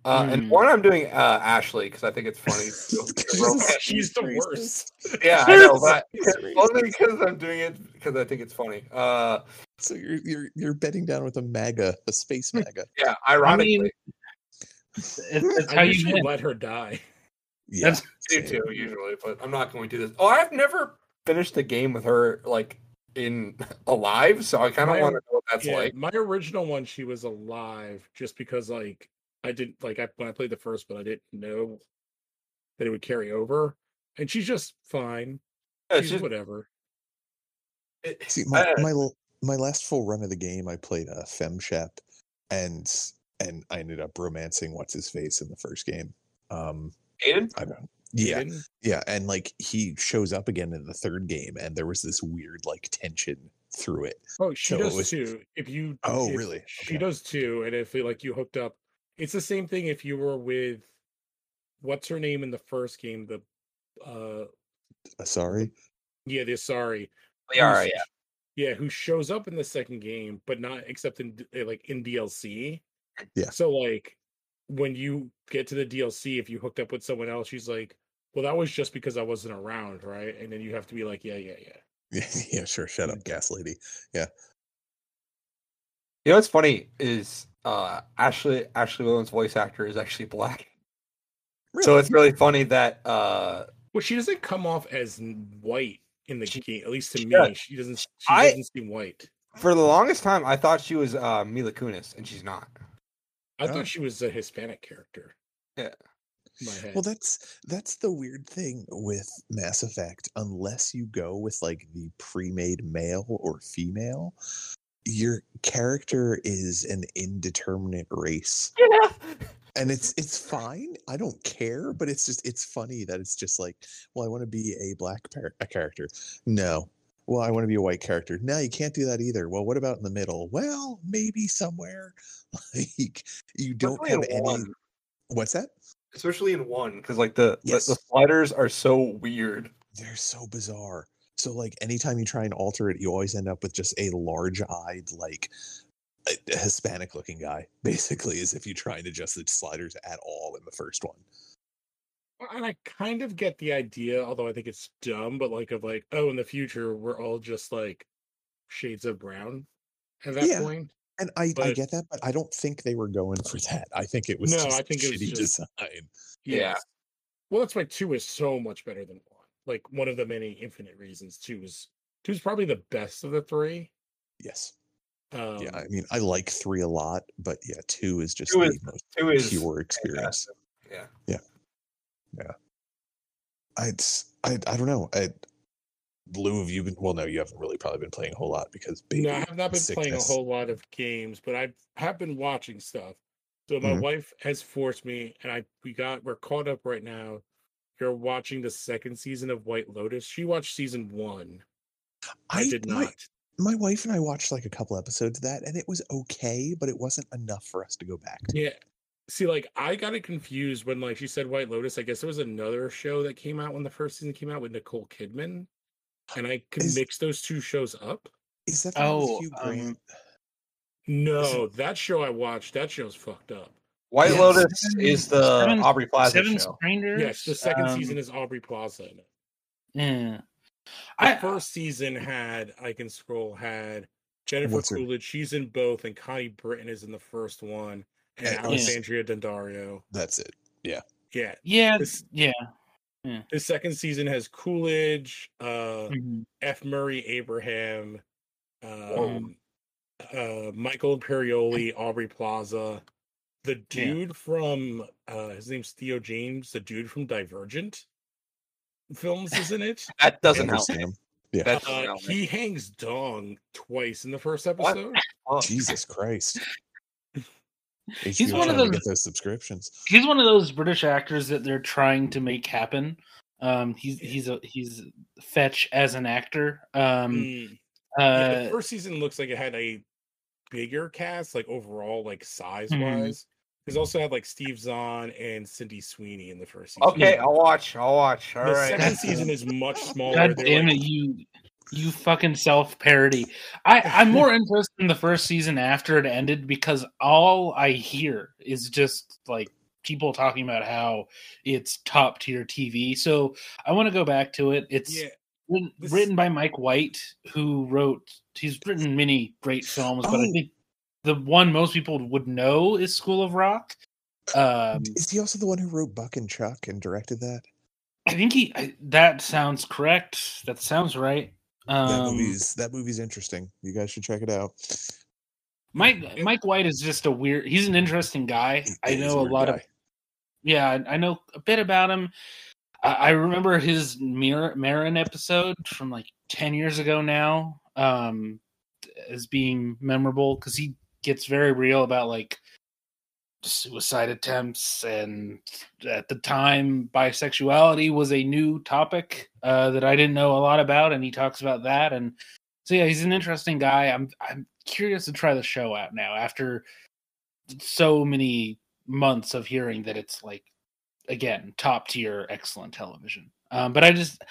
Uh, And Hmm. one I'm doing uh, Ashley because I think it's *laughs* funny. She's the worst. yeah, I know, but Jesus Christ. only because I'm doing it because I think it's funny. Uh, So you're you're you're betting down with a MAGA, a *laughs* space MAGA. yeah, ironically, It's, it's how *laughs* I you usually win. let her die. Yeah, That's- I do too usually, but I'm not going to do this. Oh, I've never finished a game with her like in *laughs* alive, so I kind of Mine- want to know what that's yeah, like. my original one, she was alive just because like I didn't like I when I played the first one, I didn't know that it would carry over. And she's just fine. Yeah, she's she's- whatever. it- See, my, I- my l- my last full run of the game, I played a femshep, and and I ended up romancing what's his face in the first game. Um, Aiden? I don't. Yeah, Aiden? yeah, and like he shows up again in the third game, and there was this weird like tension through it. Oh, she So it does was- too. If you Oh, if really? She Okay. does too. And if like you hooked up, it's the same thing if you were with what's her name in the first game, the uh Uh, Sorry, yeah, the Asari. Yeah, all who's- right, yeah. yeah, who shows up in the second game, but not except in d- uh, like in DLC. Yeah. So like when you get to the DLC, if you hooked up with someone else, she's like, "Well, that was just because I wasn't around, right?" And then you have to be like, "Yeah, yeah, yeah." *laughs* yeah, sure. Shut up, gas lady. You know what's funny is uh, Ashley Ashley Williams' voice actor is actually black, so it's really funny that uh, Well, she doesn't come off as n- white in the She- game, at least to she me. does. She doesn't. She I- doesn't seem white. for the longest time I thought she was uh, Mila Kunis, and she's not. I Oh. thought she was a Hispanic character. Yeah. In My head. Well, that's that's the weird thing with Mass Effect. Unless you go with like the pre-made male or female, your character is an indeterminate race, Yeah. and it's it's fine. I don't care, but it's just it's funny that it's just like, well, I want to be a black par- a character. No. Well, I want to be a white character. No, you can't do that either. Well, what about in the middle? Well, maybe somewhere. *laughs* Like you don't have any. one, What's that? *laughs* especially in one, because like the, the- the Yes. sliders are so weird. they're so bizarre. So like anytime you try and alter it, you always end up with just a large-eyed like a- a Hispanic-looking guy, *laughs* basically, as if you try and adjust the sliders at all in the first one. and I kind of get the idea, although I think it's dumb, but like of like, oh, in the future we're all just like shades of brown at that Yeah, point. And I, I But- get that, but I don't think they were going for that. I think it was No, just I think it was shitty just- design. Yeah. Yes. Well, that's why two is so much better than one. Like one of the many infinite reasons two is two is probably the best of the three. Yes. Um, yeah. I mean, I like three a lot, but yeah, two is just Two the is- most Two is pure experience. yeah. I, it's- I, I don't know. I, Lou, have you been? Well, no, you haven't really probably been playing a whole lot because baby. No, I have not been playing a sickness. whole lot of games, but I have been watching stuff. So my Mhm. wife has forced me, and I we got we're caught up right now. You're watching the second season of White Lotus. She watched season one. I, did my- not. my wife and I watched like a couple episodes of that, and it was okay, but it wasn't enough for us to go back. To. Yeah. See, like I got it confused when like she said White Lotus. I guess there was another show that came out when the first season came out with Nicole Kidman. And I can Is- mix those two shows up. Is that the one with Oh, Hugh Grant? um, No, that show I watched, that show's fucked up. White Yeah, Lotus Seven- is the Seven- Aubrey Plaza Seven show. Strangers. Yes, the second um, season is Aubrey Plaza in it. Yeah. The I, first season had I Can Scroll had Jennifer What's her- Coolidge. She's in both, and Connie Britton is in the first one, and Yeah, it was- Alexandria Daddario. That's it. Yeah, yeah, This- yeah. the second season has Coolidge, uh, mhm. F. Murray Abraham, Whoa. um, uh, Michael Imperioli, Aubrey Plaza, the dude from uh, his name's Theo James, the dude from Divergent films is in it. That doesn't Never help. seen *laughs* him. That doesn't Uh, help. me. he hangs dong twice in the first episode. Oh, Jesus Christ. He's one of to those- get those subscriptions. He's one of those British actors that they're trying to make happen. Um, he's he's a he's fetch as an actor. Um, Mm. yeah, the uh, first season looks like it had a bigger cast, like overall, like size Mm-hmm. wise. It's also had like Steve Zahn and Cindy Sweeney in the first season. Okay, I'll watch. I'll watch. All the right. second season is much smaller. God They're, damn like, it, you You fucking self parody. I I'm more interested in the first season after it ended because all I hear is just like people talking about how it's top tier TV. So I want to go back to it. It's Yeah, written, This- written by Mike White, who wrote. He's written many great films, but I Oh. think the one most people would know is School of Rock. Um, Is he also the one who wrote Buck and Chuck and directed that? I think he. I, that sounds correct. That sounds right. that Um, movie's that movie's interesting. You guys should check it out. Mike Mike White is just a weird. He's an interesting guy. He I is know a weird lot of guy. yeah, I- I know a bit about him. I, I remember his Mir- Marin episode from like ten years ago now um, as being memorable because he gets very real about like suicide attempts and at the time bisexuality was a new topic uh, that I didn't know a lot about, and he talks about that and so yeah, he's an interesting guy. I'm I'm curious to try the show out now after so many months of hearing that it's like again top tier excellent television um but i just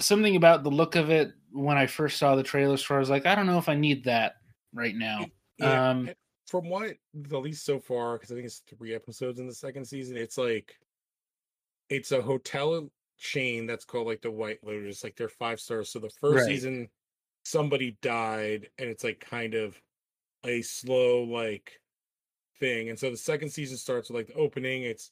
something about the look of it when i first saw the trailers for it, i was like i don't know if i need that right now Yeah, um I- from what the least so far, because I think it's three episodes in the second season, it's like it's a hotel chain that's called like the White Lotus, like they're five stars. So the first Right. season, somebody died, and it's like kind of a slow like thing. And so the second season starts with like the opening. It's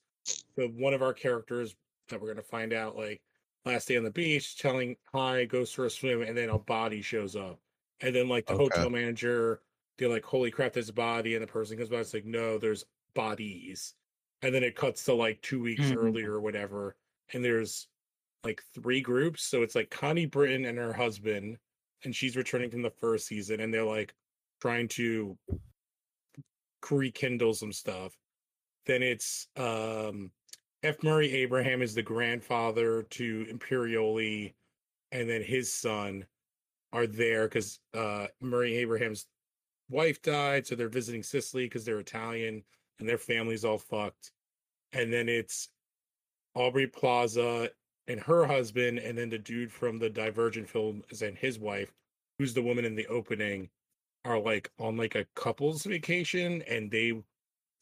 the one of our characters that we're gonna find out like last day on the beach, telling hi, goes for a swim, and then a body shows up. And then like the Okay. hotel manager, they're like, Holy crap, there's a body, and the person comes by, it's like, No, there's bodies. And then it cuts to like two weeks Mhm. earlier or whatever, and there's like three groups. So it's like Connie Britton and her husband, and she's returning from the first season, and they're like trying to rekindle some stuff. Then it's um F. Murray Abraham is the grandfather to Imperioli, and then his son are there because uh, Murray Abraham's wife died, so they're visiting Sicily because they're Italian and their family's all fucked. And then it's Aubrey Plaza and her husband, and then the dude from the Divergent films and his wife, who's the woman in the opening, are like on like a couple's vacation, and they,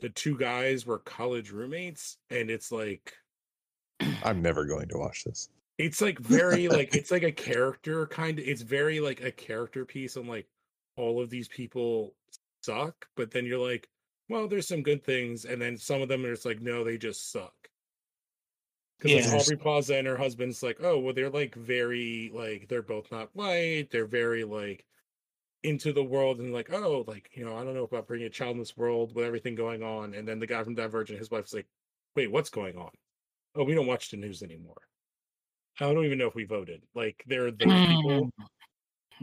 the two guys were college roommates, and it's like I'm never going to watch this. it's like very like it's like a character kind of it's very like a character piece on like all of these people suck, but then you're like, well, there's some good things, and then some of them are just like, no, they just suck. Because Yeah. like Aubrey Plaza and her husband's like, oh, well, they're like very like they're both not white, they're very like into the world and like, oh, like you know, I don't know about bringing a child in this world with everything going on, and then the guy from Divergent, his wife's like, wait, what's going on? Oh, we don't watch the news anymore. I don't even know if we voted. Like they're the people.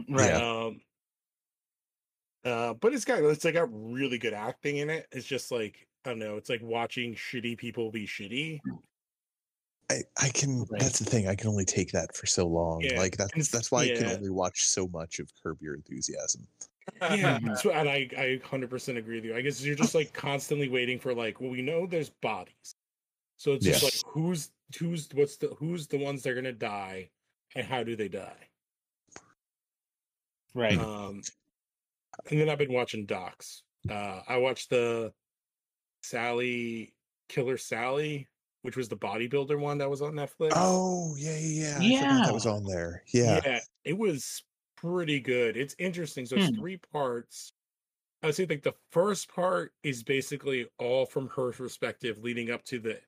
right Yeah. Um, uh, but it's got it's like got really good acting in it. It's just like I don't know. It's like watching shitty people be shitty. I, I can. Right. That's the thing. I can only take that for so long. Yeah, Like that's it's- that's why I can yeah. only watch so much of Curb Your Enthusiasm. *laughs* Yeah, Mhm. *laughs* so- and I I hundred percent agree with you. I guess you're just like constantly waiting for like, well, we know there's bodies, so it's just Yes. like who's who's what's the who's the ones that are gonna die, and how do they die? right Um, and then I've been watching docs. Uh, I watched the Sally Killer Sally, which was the bodybuilder one that was on Netflix. Oh yeah, yeah, yeah. I forgot Yeah. that was on there. Yeah. it was pretty good. It's interesting. So it's Hmm. three parts. I would say like the first part is basically all from her perspective, leading up to the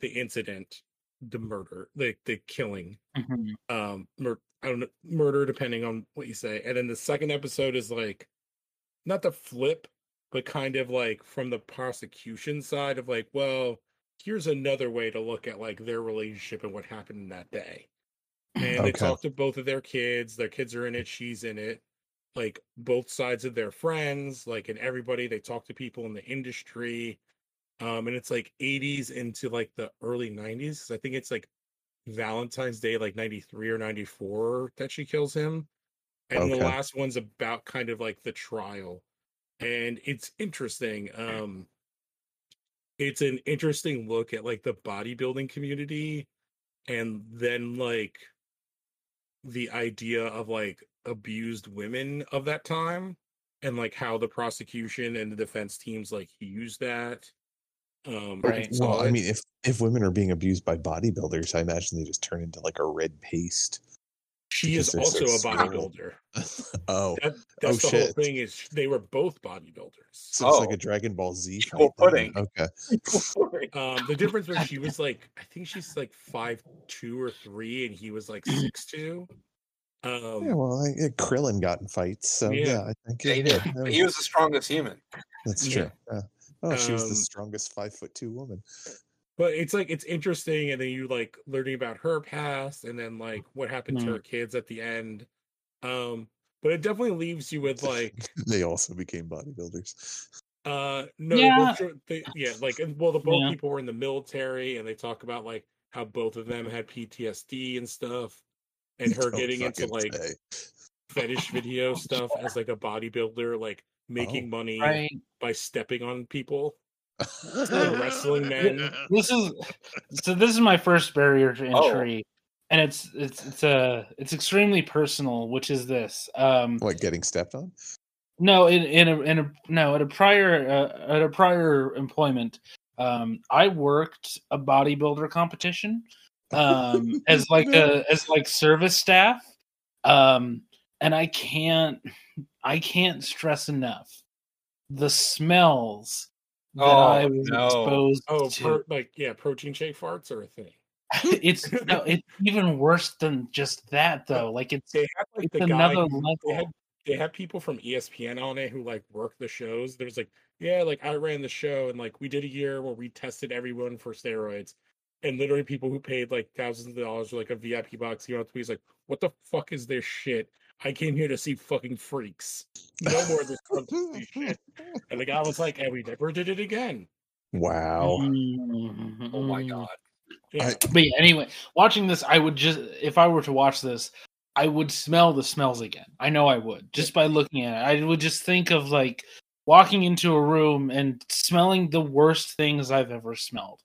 the incident, the murder, the the killing Mhm. um mur- I don't know, murder depending on what you say. And then the second episode is like not the flip, but kind of like from the prosecution side of like, well, here's another way to look at like their relationship and what happened in that day. And they Okay. talk to both of their kids, their kids are in it, she's in it, like both sides of their friends, like and everybody, they talk to people in the industry. Um, and it's like 80s into like the early 90s. 'cause I think it's like Valentine's Day, like 93 or 94, that she kills him. And Okay. the last one's about kind of like the trial. And it's interesting. Um, it's an interesting look at like the bodybuilding community and then like the idea of like abused women of that time and like how the prosecution and the defense teams like use that. Um, Right. so well, I it's- mean, if if women are being abused by bodybuilders, I imagine they just turn into like a red paste. *laughs* she is because also they're so a small. bodybuilder. oh, That, that's the shit. whole thing is they were both bodybuilders. so it's Oh. like a Dragon Ball Z. Fight Equal then. footing. Okay. Um, the difference was she was like, I think she's like five two or three, and he was like six two. Um, Yeah, well, I, yeah, Krillin got in fights, so Yeah. yeah, I think Yeah, he yeah, did. *laughs* that But was- he was the strongest human. that's Yeah. true. Yeah. Oh, she was Um, the strongest five foot two woman. *laughs* but it's like it's interesting, and then you like learning about her past, and then like what happened to Mm. her kids at the end. Um, but it definitely leaves you with *laughs* like, They also became bodybuilders. *laughs* uh, no, they Yeah. both jo- they- yeah, like and- well, the both Yeah. people were in the military, and they talk about like how both of them had PTSD and stuff, and her Don't getting into fucking like say. fetish video stuff as like a bodybuilder, like making Oh. money right? by stepping on people. of *laughs* wrestling men. This is so. This is my first barrier to Oh. entry, and it's it's it's uh, it's extremely personal, which is this. Um, What getting stepped on? No, in in a, in a no at a prior uh, at a prior employment, um, I worked a bodybuilder competition *laughs* um, as like a as like service staff, um, and I can't I can't stress enough the smells that Oh, I was no. exposed Oh, to. pro- like yeah, protein shake farts are a thing. *laughs* it's *laughs* no, it's even worse than just that though. Like it's They have like it's the guy. another Who, they level. had they had people from E ESPN on it who like work the shows. There's like yeah, like I ran the show and like we did a year where we tested everyone for steroids. And literally, people who paid like thousands of dollars for like a VIP box, you know, he's like, "What the fuck is this shit? I came here to see fucking freaks. No more of this *laughs* drug shit." And the guy was like, "And we never did it again." Wow. Mm-hmm. Oh my Mm. god. Yeah. *laughs* I- But yeah, anyway, watching this, I would just if I were to watch this, I would smell the smells again. I know I would just by looking at it. I would just think of like walking into a room and smelling the worst things I've ever smelled.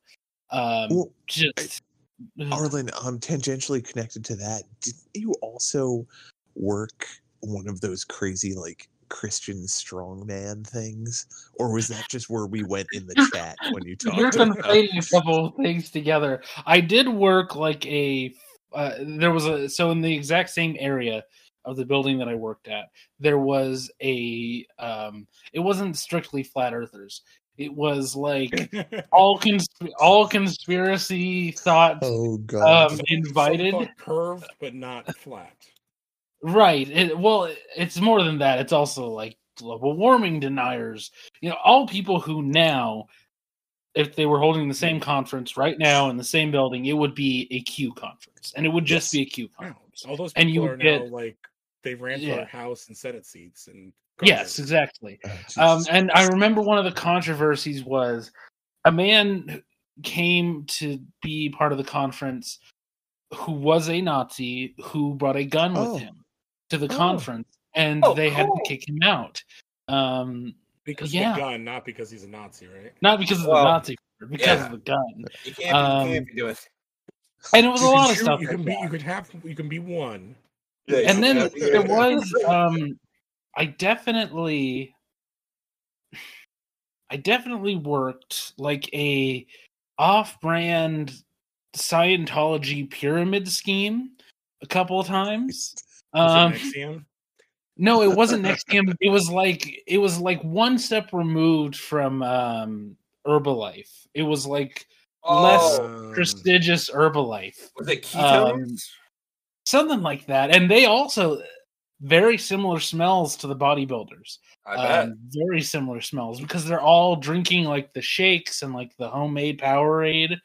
Um, Well, just ugh. Arlen, um, tangentially connected to that, didn't you also work one of those crazy like Christian strongman things, or was that just where we went in the chat when you *laughs* you're talked? about- conflating a couple of things together. I did work like a uh, there was a so in the exact same area of the building that I worked at, there was a um it wasn't strictly flat earthers. It was like all cons- all conspiracy thoughts Oh god. Um, Some- some invited. thought curved but not flat. Right. It, well, it's more than that. It's also like global warming deniers. You know, all people who now, if they were holding the same conference right now in the same building, it would be a Q conference, and it would just Yes. be a Q Wow. conference. All those people And you are would get- now like they ran for Yeah. their house and Senate seats and Yes, Congress. exactly. Oh, Um, Jesus and I Christ. remember one of the controversies was a man came to be part of the conference who was a Nazi who brought a gun with Oh. him to the Oh. conference, and Oh, they had to cool. kick him out. Um, because yeah. of the gun, not because he's a Nazi, right? not because of Well, the Nazi, word, because yeah. of the gun, You can't, you Um, can't be doing and it was You a can lot of shoot, stuff. You like can that. be, you could have, you can be one. Yeah, you and then can't be there doing that. was um i definitely i definitely worked like a off-brand scientology pyramid scheme a couple of times Was it um Nexium? no it *laughs* wasn't next to him it was like it was like one step removed from um herbalife it was like less- Oh, Um, prestigious herbalife was it ketones? something like that and they also very similar smells to the bodybuilders I bet. um, very similar smells because they're all drinking like the shakes and like the homemade Powerade,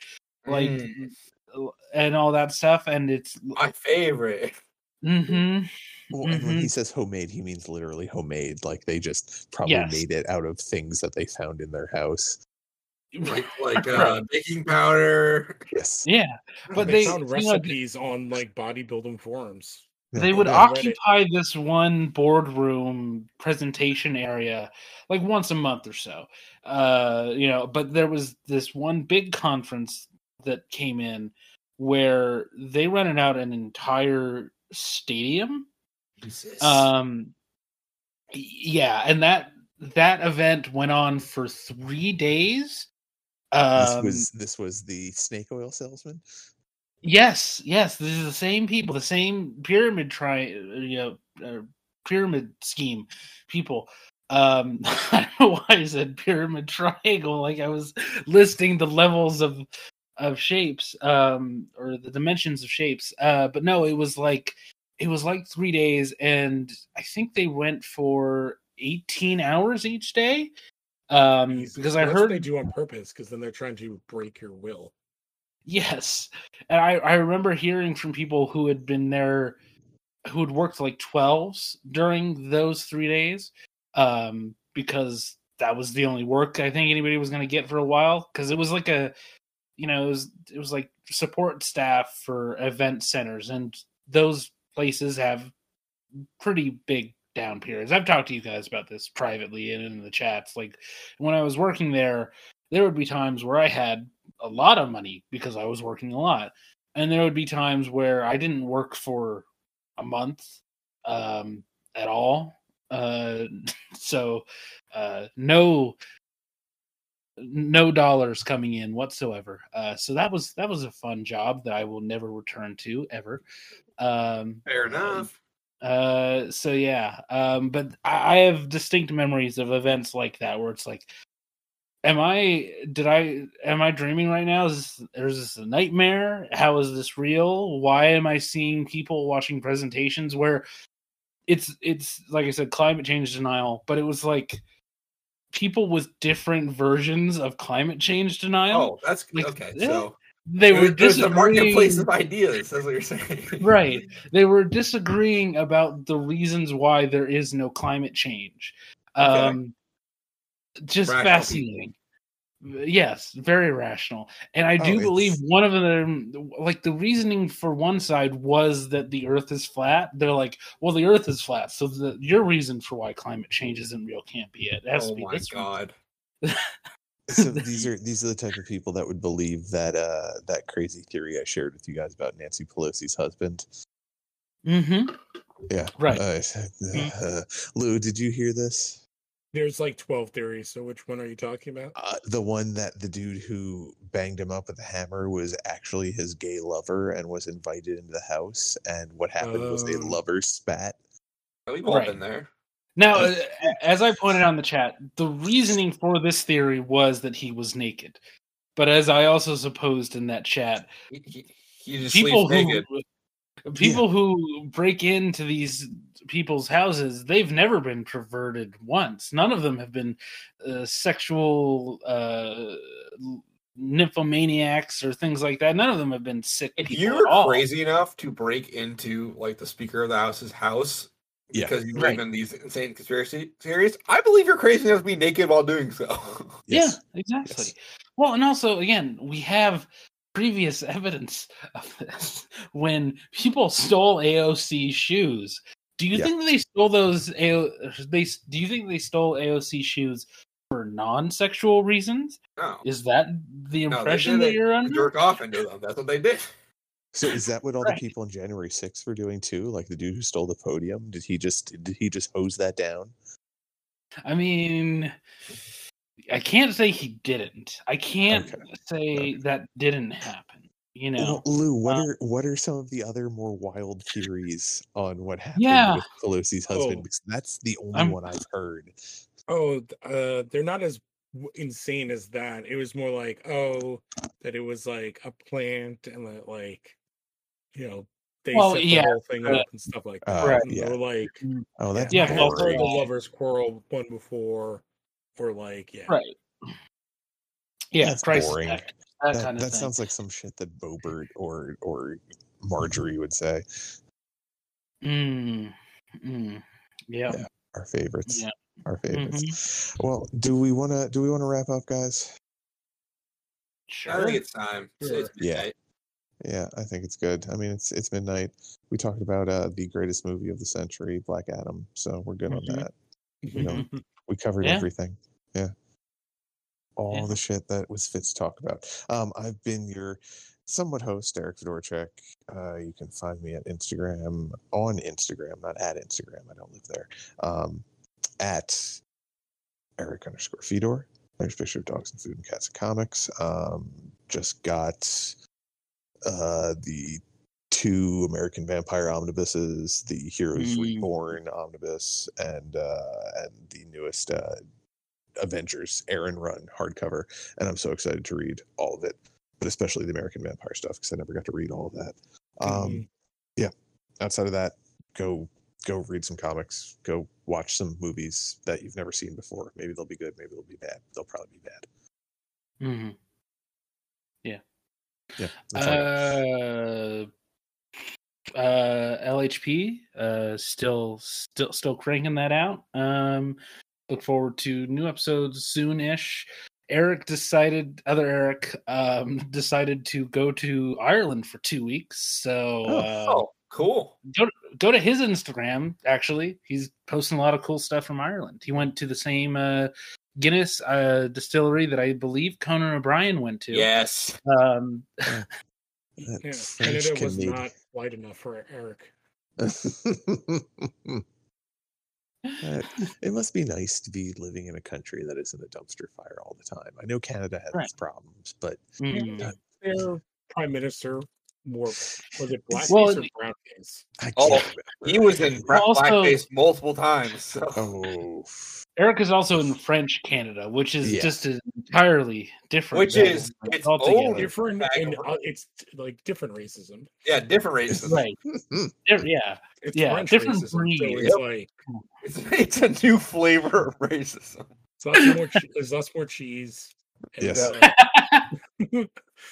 like Mm, and all that stuff. And it's my favorite. *laughs* hmm Well, and when Mhm. he says homemade, he means literally homemade. Like they just probably Yes. made it out of things that they found in their house. like like uh, baking powder. Yes. yeah. But they- they, found you know, they- recipes on like bodybuilding forums. They would Yeah. Reddit. occupy this one boardroom presentation area like once a month or so. Uh, you know, but there was this one big conference that came in where they rented out an entire Stadium. Um, yeah, and that that event went on for three days. this Um, was this was the snake oil salesman. yes, yes, this is the same people, the same pyramid try, you know, uh, pyramid scheme people. Um, *laughs* I don't know why I said pyramid triangle, like I was listing the levels of of shapes, um, or the dimensions of shapes. Uh, but no, it was like it was like three days, and I think they went for eighteen hours each day. Um, Jesus. because I That's what heard they do on purpose because then they're trying to break your will. Yes. And I, I remember hearing from people who had been there who had worked like 12s during those three days um, because that was the only work I think anybody was going to get for a while because it was like a, you know, it was, it was like support staff for event centers and those places have pretty big down periods. I've talked to you guys about this privately and in the chats. Like when I was working there, there would be times where I had a lot of money because I was working a lot. And there would be times where I didn't work for a month um, at all. Uh, *laughs* so uh, no no dollars coming in whatsoever. Uh, so that was that was a fun job that I will never return to ever. Um, Fair enough. uh, so yeah, um, but I, I have distinct memories of events like that where it's like, am I did I am I dreaming right now? Is this, or is this a nightmare? How is this real? Why am I seeing people watching presentations where it's it's like I said, climate change denial, but it was like people with different versions of climate change denial. Oh, that's Like, okay. yeah, So they were there's a marketplace disagreeing- of ideas. That's what you're saying, right they were disagreeing about the reasons why there is no climate change um just Rational fascinating yes very rational and i Oh, do believe it's- one of them like the reasoning for one side was that the earth is flat they're like well the earth is flat so the, your reason for why climate change isn't real can't be it, it has *laughs* Oh to be my this reason. god. So these are these are the type of people that would believe that uh, that crazy theory I shared with you guys about Nancy Pelosi's husband. hmm Yeah. right Uh, *laughs* uh, Lou, did you hear this? There's like 12 theories. So which one are you talking about? Uh, the one that the dude who banged him up with a hammer was actually his gay lover and was invited into the house. And what happened was a Oh. lover spat. We've all Right. been there. Now, uh, as I pointed out in the chat, the reasoning for this theory was that he was naked. But as I also supposed in that chat, You, you- you just people sleep who naked. *laughs* people who break into these people's houses, they've never been perverted once. None of them have been uh, sexual uh, nymphomaniacs or things like that. None of them have been sick If people you at all. were crazy enough to break into like the speaker of the house's house Yeah. because you believe Right. in these insane conspiracy theories, I believe you're crazy enough to be naked while doing so. *laughs* Yes. Yeah, exactly. Yes. Well, and also again, we have previous *laughs* evidence of this when people stole AOC shoes. Do you Yeah. think they stole those AO, they do you think they stole AOC shoes for non-sexual reasons? No. Is that the No, they impression did that it you're to under? Jerk off into them. That's what they did. So is that what all Right. the people on January 6th were doing too? Like the dude who stole the podium? Did he just did he just hose that down? I mean, I can't say he didn't. I can't Okay. say Okay. that didn't happen. You know. Well, Lou, what Um, are what are some of the other more wild theories on what happened Yeah. with Pelosi's husband? Oh. Because that's the only I'm- one I've heard. Oh, th- uh, they're not as w- insane as that. It was more like, oh, that it was like a plant and that like, you know, they Well, set the yeah, whole thing uh, up and stuff like that. Uh, Right. And they Yeah. were like, Oh, that's Yeah, I had false heard the flag. lovers quarrel one before, or like, yeah, Right. Yeah, That's crisis boring. actors, that, that, kind of that thing. sounds like some shit that Bobert or or Marjorie would say. Mm, mm, yeah. Yeah. Our favorites. Yeah. Mm-hmm. Our favorites. Well, do we wanna do we wanna wrap up, guys? I Sure. think it's time. It's, it's Sure. Yeah. midnight. Yeah, I think it's good. I mean, it's it's midnight. We talked about uh, the greatest movie of the century, Black Adam. So we're good Mhm. on that. You *laughs* know, Mhm. we covered Yeah. everything. Yeah. All Yeah. the shit that was fit to talk about. Um, I've been your somewhat host Eric Fedorchek. Uh, you can find me at Instagram on Instagram, not at Instagram. I don't live there. Um, at Eric underscore Fedor. There's picture of dogs and food and cats and comics. Um, just got uh, the two American Vampire omnibuses, the Heroes Mm. Reborn omnibus, and uh, and the newest uh, Avengers Aaron Run hardcover. And I'm so excited to read all of it, but especially the American Vampire stuff because I never got to read all of that. Um, Mm-hmm. Mhm. Yeah. Outside of that, go go read some comics. Go watch some movies that you've never seen before. Maybe they'll be good. Maybe they'll be bad. They'll probably be bad. Mm-hmm. Yeah. that's all. Uh, uh, LHP uh, still still still cranking that out. Um, look forward to new episodes soon-ish. Eric decided, other Eric um, decided to go to Ireland for two weeks. So uh, Oh, cool. go go to his Instagram. Actually, he's posting a lot of cool stuff from Ireland. He went to the same uh, Guinness uh, distillery that I believe Conan O'Brien went to. Yes. Um, That Yeah, French Canada was Canadian. not wide enough for Eric. *laughs* Uh, it must be nice to be living in a country that isn't a dumpster fire all the time. I know Canada has Right. its problems, but mm. Yeah. Their prime minister wore was it black Well, face or brown face? I can't Oh, He remember. was in bra- Also- blackface multiple times. So. Oh, *laughs* Eric is also in French Canada, which is Yeah. just an entirely different. Which thing is- it's altogether. old. Different Bag and of- uh, it's like different racism. Yeah, different races. right? Di- yeah, It's Yeah, French different racism. So breed. it's Yep. like It's, it's a new flavor of racism. it's lots more, che- it's lots more cheese. and, Yes. uh, *laughs*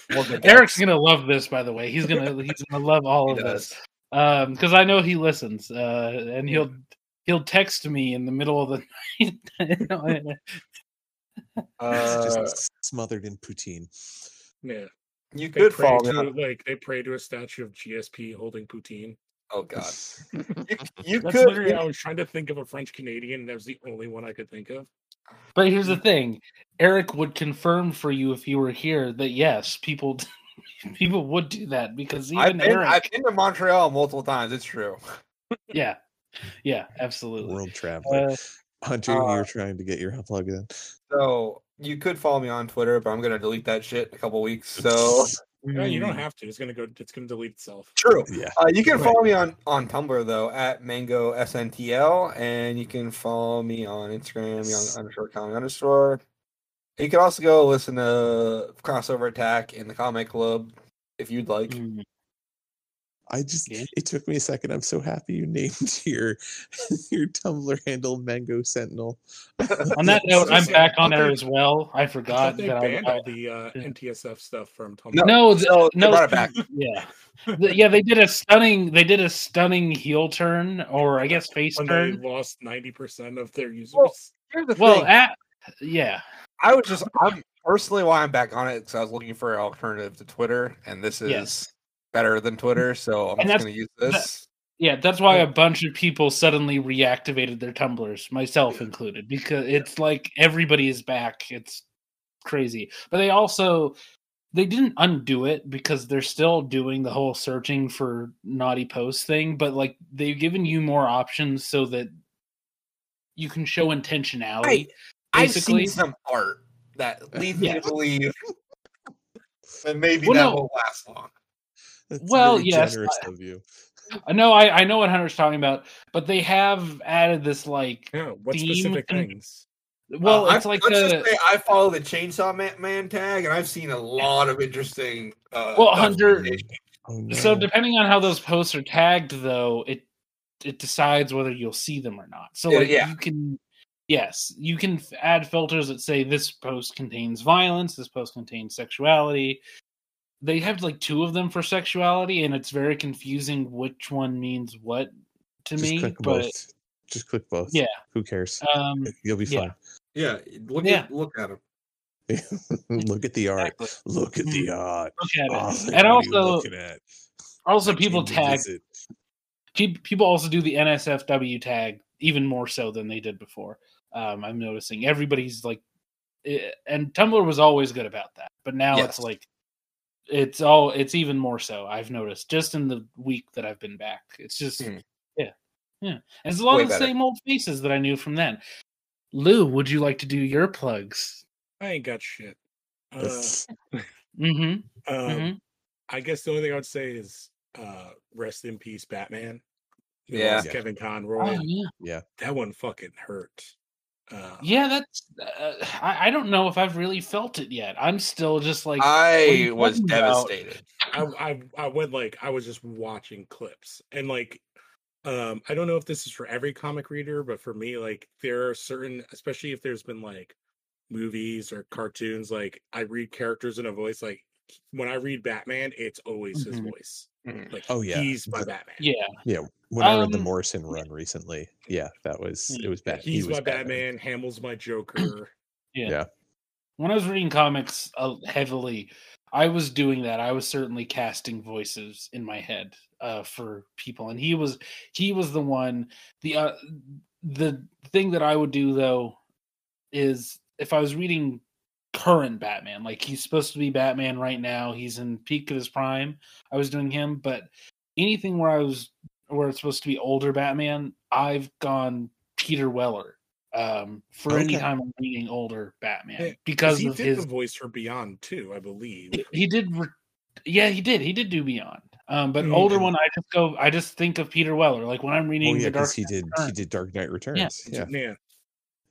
We'll get there. Eric's gonna love this. By the way, he's gonna *laughs* he's gonna love all He of this does. because I know he listens, uh, and he'll he'll text me in the *laughs* middle of the night. Uh, just smothered in poutine. yeah. you They could pray fall to, down. like they pray to a statue of GSP holding poutine. Oh God, you, you That's could. literally I was trying to think of a French Canadian, and that was the only one I could think of. But here's the thing: Eric would confirm for you if he were here that yes, people *laughs* people would do that because even I've been, Eric, I've been to Montreal multiple times. It's true. yeah, yeah, absolutely. World traveler. Uh, Hunter, uh, you're trying to get your plug in. So you could follow me on Twitter, but I'm gonna delete that shit in a couple weeks. So No, you don't mm, have to. It's gonna go. It's gonna delete itself. *laughs* true. *laughs* Yeah. Uh, you can Right. follow me on on Tumblr though at Mango SNTL, and you can follow me on Instagram Young underscore Comic underscore. You can also go listen to Crossover Attack in the Comic Club if you'd like. mm. I just Yeah. it took me a second. I'm so happy you *laughs* named your your Tumblr handle Mango Sentinel. On that note, I'm so- back on I there think- as well. I I thought forgot they Oh that I, banned I *laughs* all the uh, NTSF stuff from Tumblr. No. no, th- So Oh, no, they brought it back. *laughs* yeah, Th- yeah. They did a stunning. They did a stunning heel turn, or I guess face when they turn. lost ninety percent of their users. Well, Here's the Well, thing. at, yeah, I was just *laughs* I'm personally why I'm back on it because I was looking for an alternative to Twitter, and this is Yes. better than Twitter, so I'm And that's- just gonna use this. yeah. That's why a bunch of people suddenly reactivated their tumblers, myself included, because it's like everybody is back. It's crazy, but they also they didn't undo it because they're still doing the whole searching for naughty posts thing. But like they've given you more options so that you can show intentionality. I I've basically- seen some art *laughs* that leads me Yeah. to believe that maybe Well, that no. will last long. That's Well, very yes, generous of you. I know, I, I know what Hunter's talking about, but they have added this like. yeah, what Theme specific and- things? Well, Uh, it's I, like let's the just say I follow the Chainsaw Man, Man tag, and I've seen a lot of interesting. Uh, Well, documentation. Hunter, Oh, no. so depending on how those posts are tagged, though, it it decides whether you'll see them or not. So Yeah, like yeah. you can, yes, you can f- add filters that say this post contains violence, this post contains sexuality. They have like two of them for sexuality, and it's very confusing which one means what to just me. click But both. Just click both. Yeah. Who cares? um, You'll be yeah. fine. yeah, look Yeah. at look at him. *laughs* Look at the art. exactly. Look at the art. Look at it. Oh, and what are you also, looking at? also I people came to tag visit. pe- people also do the NSFW tag even more so than they did before. Um, I'm noticing everybody's like, eh, and Tumblr was always good about that, but now it's Yes. like it's all it's even more so i've noticed just in the week that i've been back it's just Hmm. yeah yeah it's a lot Way of the better. same old faces that i knew from then lou would you like to do your plugs I ain't got shit. Uh, mm-hmm um, Mhm. I guess the only thing I would say is uh, rest in peace, Batman. We Yeah. lost Yeah. Kevin Conroy. oh, yeah That one fucking hurt. Uh, yeah that's uh, I, I don't know if i've really felt it yet i'm still just like are I you was talking about? devastated. I, I I went like I was just watching clips and like um I don't know if this is for every comic reader, but for me, like there are certain especially if there's been like movies or cartoons, like I read characters in a voice like when I read Batman, it's always his Mhm. voice. Mhm. Like Mm-hmm. Oh, yeah. he's my Batman. yeah when I read the Um, Mm, Morrison run recently, yeah, that was it was bad. he He's was my Batman, Hamill's *clears throat* my Joker. when I was reading comics uh, heavily, I was doing that. I was certainly casting voices in my head uh, for people, and he was he was the one. The uh, the thing that I would do though is if I was reading current Batman, like he's supposed to be Batman right now, he's in peak of his prime. I was doing him, but anything where I was where it's supposed to be older Batman, I've gone Peter Weller um, for any Okay. time I'm reading older Batman Yeah, because Because he of did his the voice for Beyond too, I believe. he- he did re- yeah he did he did do beyond um but Mhm. older one i just go i just think of peter weller like when i'm reading Well, yeah, the because dark he Knight did he Returns, did Dark Knight Returns. Yeah, yeah.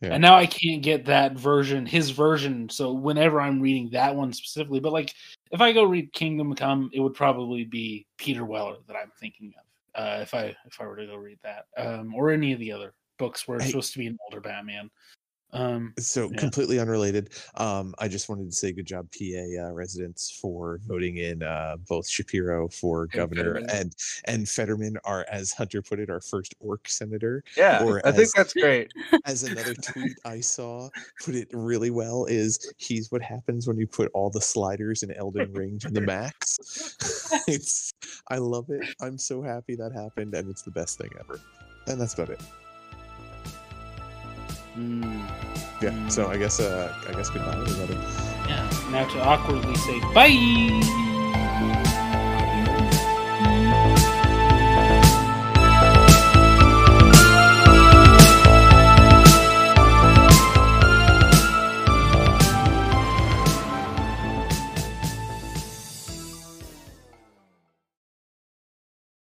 yeah. and now i can't get that version his version so whenever i'm reading that one specifically but like if i go read kingdom come it would probably be peter weller that i'm thinking of uh if i if i were to go read that um or any of the other books where it's Hey. supposed to be an older batman um So Yeah. completely unrelated. Um, I just wanted to say good job, PA uh, residents, for voting in uh, both Shapiro for governor Fetterman. and and Fetterman are, as Hunter put it, our first orc senator. Yeah, Or I think as- that's great. As another *laughs* tweet I saw put it really well is he's what happens when you put all the sliders in Elden Ring to the max. *laughs* it's I love it. I'm so happy that happened, and it's the best thing ever. And that's about it. mm, Yeah. So I guess uh, I guess goodbye everybody. yeah now to awkwardly say bye